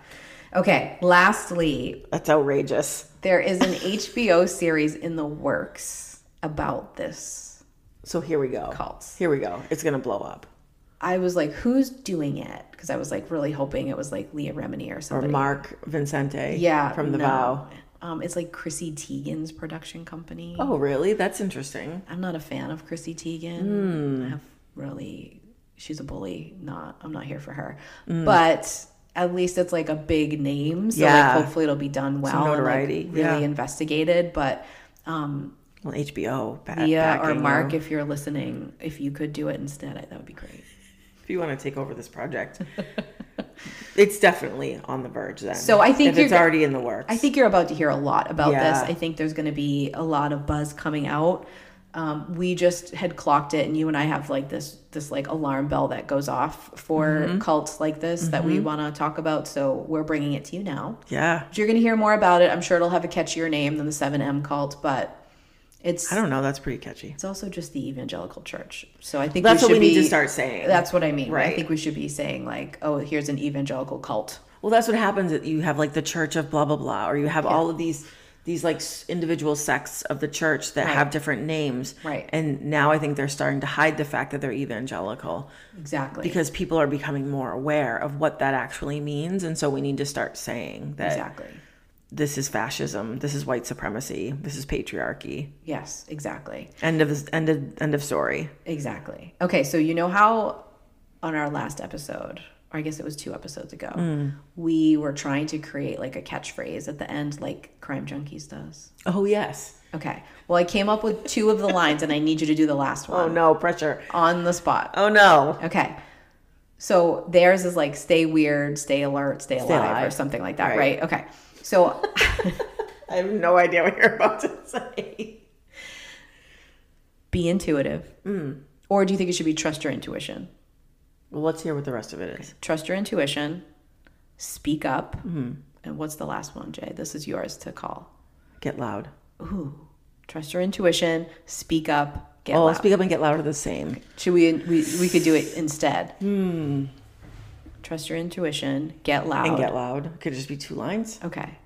Speaker 3: Okay. Lastly,
Speaker 2: That's outrageous.
Speaker 3: There is an HBO series in the works about this.
Speaker 2: So here we go.
Speaker 3: Cults.
Speaker 2: Here we go. It's gonna blow up.
Speaker 3: I was like, who's doing it? Because I was like really hoping it was like Leah Remini or
Speaker 2: Or
Speaker 3: somebody.
Speaker 2: Mark Vincente.
Speaker 3: yeah,
Speaker 2: From the
Speaker 3: no.
Speaker 2: Vow.
Speaker 3: Um, it's like Chrissy Teigen's production company.
Speaker 2: Oh, really? That's interesting.
Speaker 3: I'm not a fan of Chrissy Teigen.
Speaker 2: Hmm.
Speaker 3: I have really, she's a bully. Not, I'm not here for her.
Speaker 2: Hmm.
Speaker 3: But at least it's like a big name, so
Speaker 2: Yeah.
Speaker 3: like hopefully it'll be done well and like
Speaker 2: notoriety,
Speaker 3: really
Speaker 2: yeah.
Speaker 3: investigated. But um,
Speaker 2: Well, HBO. Back,
Speaker 3: Leah or Mark, if you're listening, if you could do it instead, I- that would be great.
Speaker 2: if you want to take over this project, it's definitely on the verge. Then.
Speaker 3: So I think
Speaker 2: if it's
Speaker 3: you're-
Speaker 2: already in the works.
Speaker 3: I think you're about to hear a lot about
Speaker 2: Yeah.
Speaker 3: this. I think there's going to be a lot of buzz coming out. Um, we just had clocked it, and you and I have like this this like alarm bell that goes off for cults like this that we want to talk about. So we're bringing it to you now.
Speaker 2: Yeah.
Speaker 3: But you're going to hear more about it. I'm sure it'll have a catchier name than the Seven M cult, but it's
Speaker 2: I don't know. That's pretty catchy.
Speaker 3: it's also just the evangelical church. So I think
Speaker 2: That's what
Speaker 3: should
Speaker 2: we need to
Speaker 3: be-
Speaker 2: start saying.
Speaker 3: That's what I mean. I
Speaker 2: Right.
Speaker 3: think we should be saying like, oh, here's an evangelical cult.
Speaker 2: Well, that's what happens. That you have like the Church of blah blah blah, or you have all of these these like s- individual sects of the church that have different names.
Speaker 3: Right.
Speaker 2: And now I think they're starting to hide the fact that they're evangelical
Speaker 3: Exactly.
Speaker 2: because people are becoming more aware of what that actually means, and so we need to start saying that
Speaker 3: exactly.
Speaker 2: this is fascism, this is white supremacy, this is patriarchy.
Speaker 3: Yes, exactly.
Speaker 2: End of end of end of story.
Speaker 3: Exactly. Okay, so you know how on our last episode, or I guess it was two episodes ago,
Speaker 2: Mm.
Speaker 3: we were trying to create like a catchphrase at the end, like Crime Junkies does.
Speaker 2: Oh yes.
Speaker 3: Okay. Well, I came up with two of the lines, and I need you to do the last one
Speaker 2: Oh no, pressure.
Speaker 3: on the spot.
Speaker 2: Oh no.
Speaker 3: Okay. So theirs is like stay weird, stay alert, stay, alive, or
Speaker 2: alive.
Speaker 3: something like that,
Speaker 2: Right.
Speaker 3: right? Okay. So
Speaker 2: I have no idea what you're about to say.
Speaker 3: be intuitive.
Speaker 2: Mm.
Speaker 3: Or do you think it should be trust your intuition?
Speaker 2: Well, let's hear what the rest of it is.
Speaker 3: Trust your intuition, speak up.
Speaker 2: Mm-hmm.
Speaker 3: And what's the last one, Jay? This is yours to call.
Speaker 2: Get loud.
Speaker 3: Trust your intuition, speak up, get
Speaker 2: Oh,
Speaker 3: loud.
Speaker 2: speak up and get loud are the same.
Speaker 3: Should we, we we could do it instead. Trust your intuition, get loud.
Speaker 2: Hmm. And get loud. Could it just be two lines?
Speaker 3: Okay.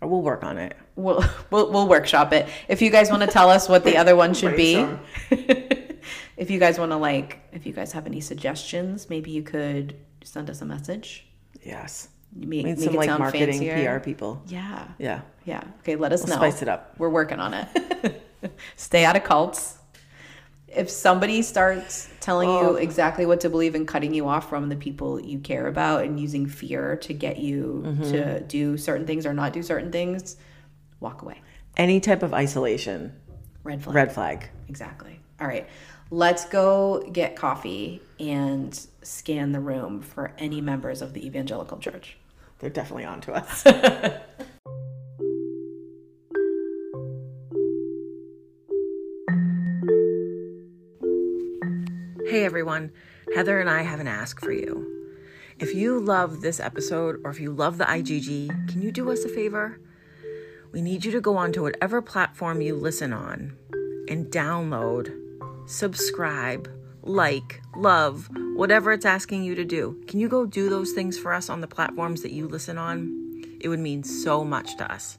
Speaker 2: Or we'll work on it.
Speaker 3: we'll, we'll we'll workshop it. If you guys want to tell us what the other one should be, if you guys want to like, if you guys have any suggestions, maybe you could send us a message.
Speaker 2: Yes.
Speaker 3: You Make,
Speaker 2: We need
Speaker 3: make
Speaker 2: some
Speaker 3: it
Speaker 2: like
Speaker 3: sound
Speaker 2: marketing
Speaker 3: fancier.
Speaker 2: PR people.
Speaker 3: Yeah,
Speaker 2: Yeah.
Speaker 3: yeah. Okay, let us know.
Speaker 2: spice it up.
Speaker 3: We're working on it. Stay out of cults. If somebody starts telling
Speaker 2: Oh.
Speaker 3: you exactly what to believe and cutting you off from the people you care about and using fear to get you
Speaker 2: Mm-hmm.
Speaker 3: to do certain things or not do certain things, walk away.
Speaker 2: Any type of isolation.
Speaker 3: Red flag.
Speaker 2: Red flag.
Speaker 3: Exactly. All right. Let's go get coffee and scan the room for any members of the evangelical church.
Speaker 2: They're definitely on to us. hey everyone, Heather and I have an ask for you. If you love this episode or if you love the IGG, can you do us a favor? We need you to go onto whatever platform you listen on and download, subscribe, like, love, whatever it's asking you to do. Can you go do those things for us on the platforms that you listen on? It would mean so much to us.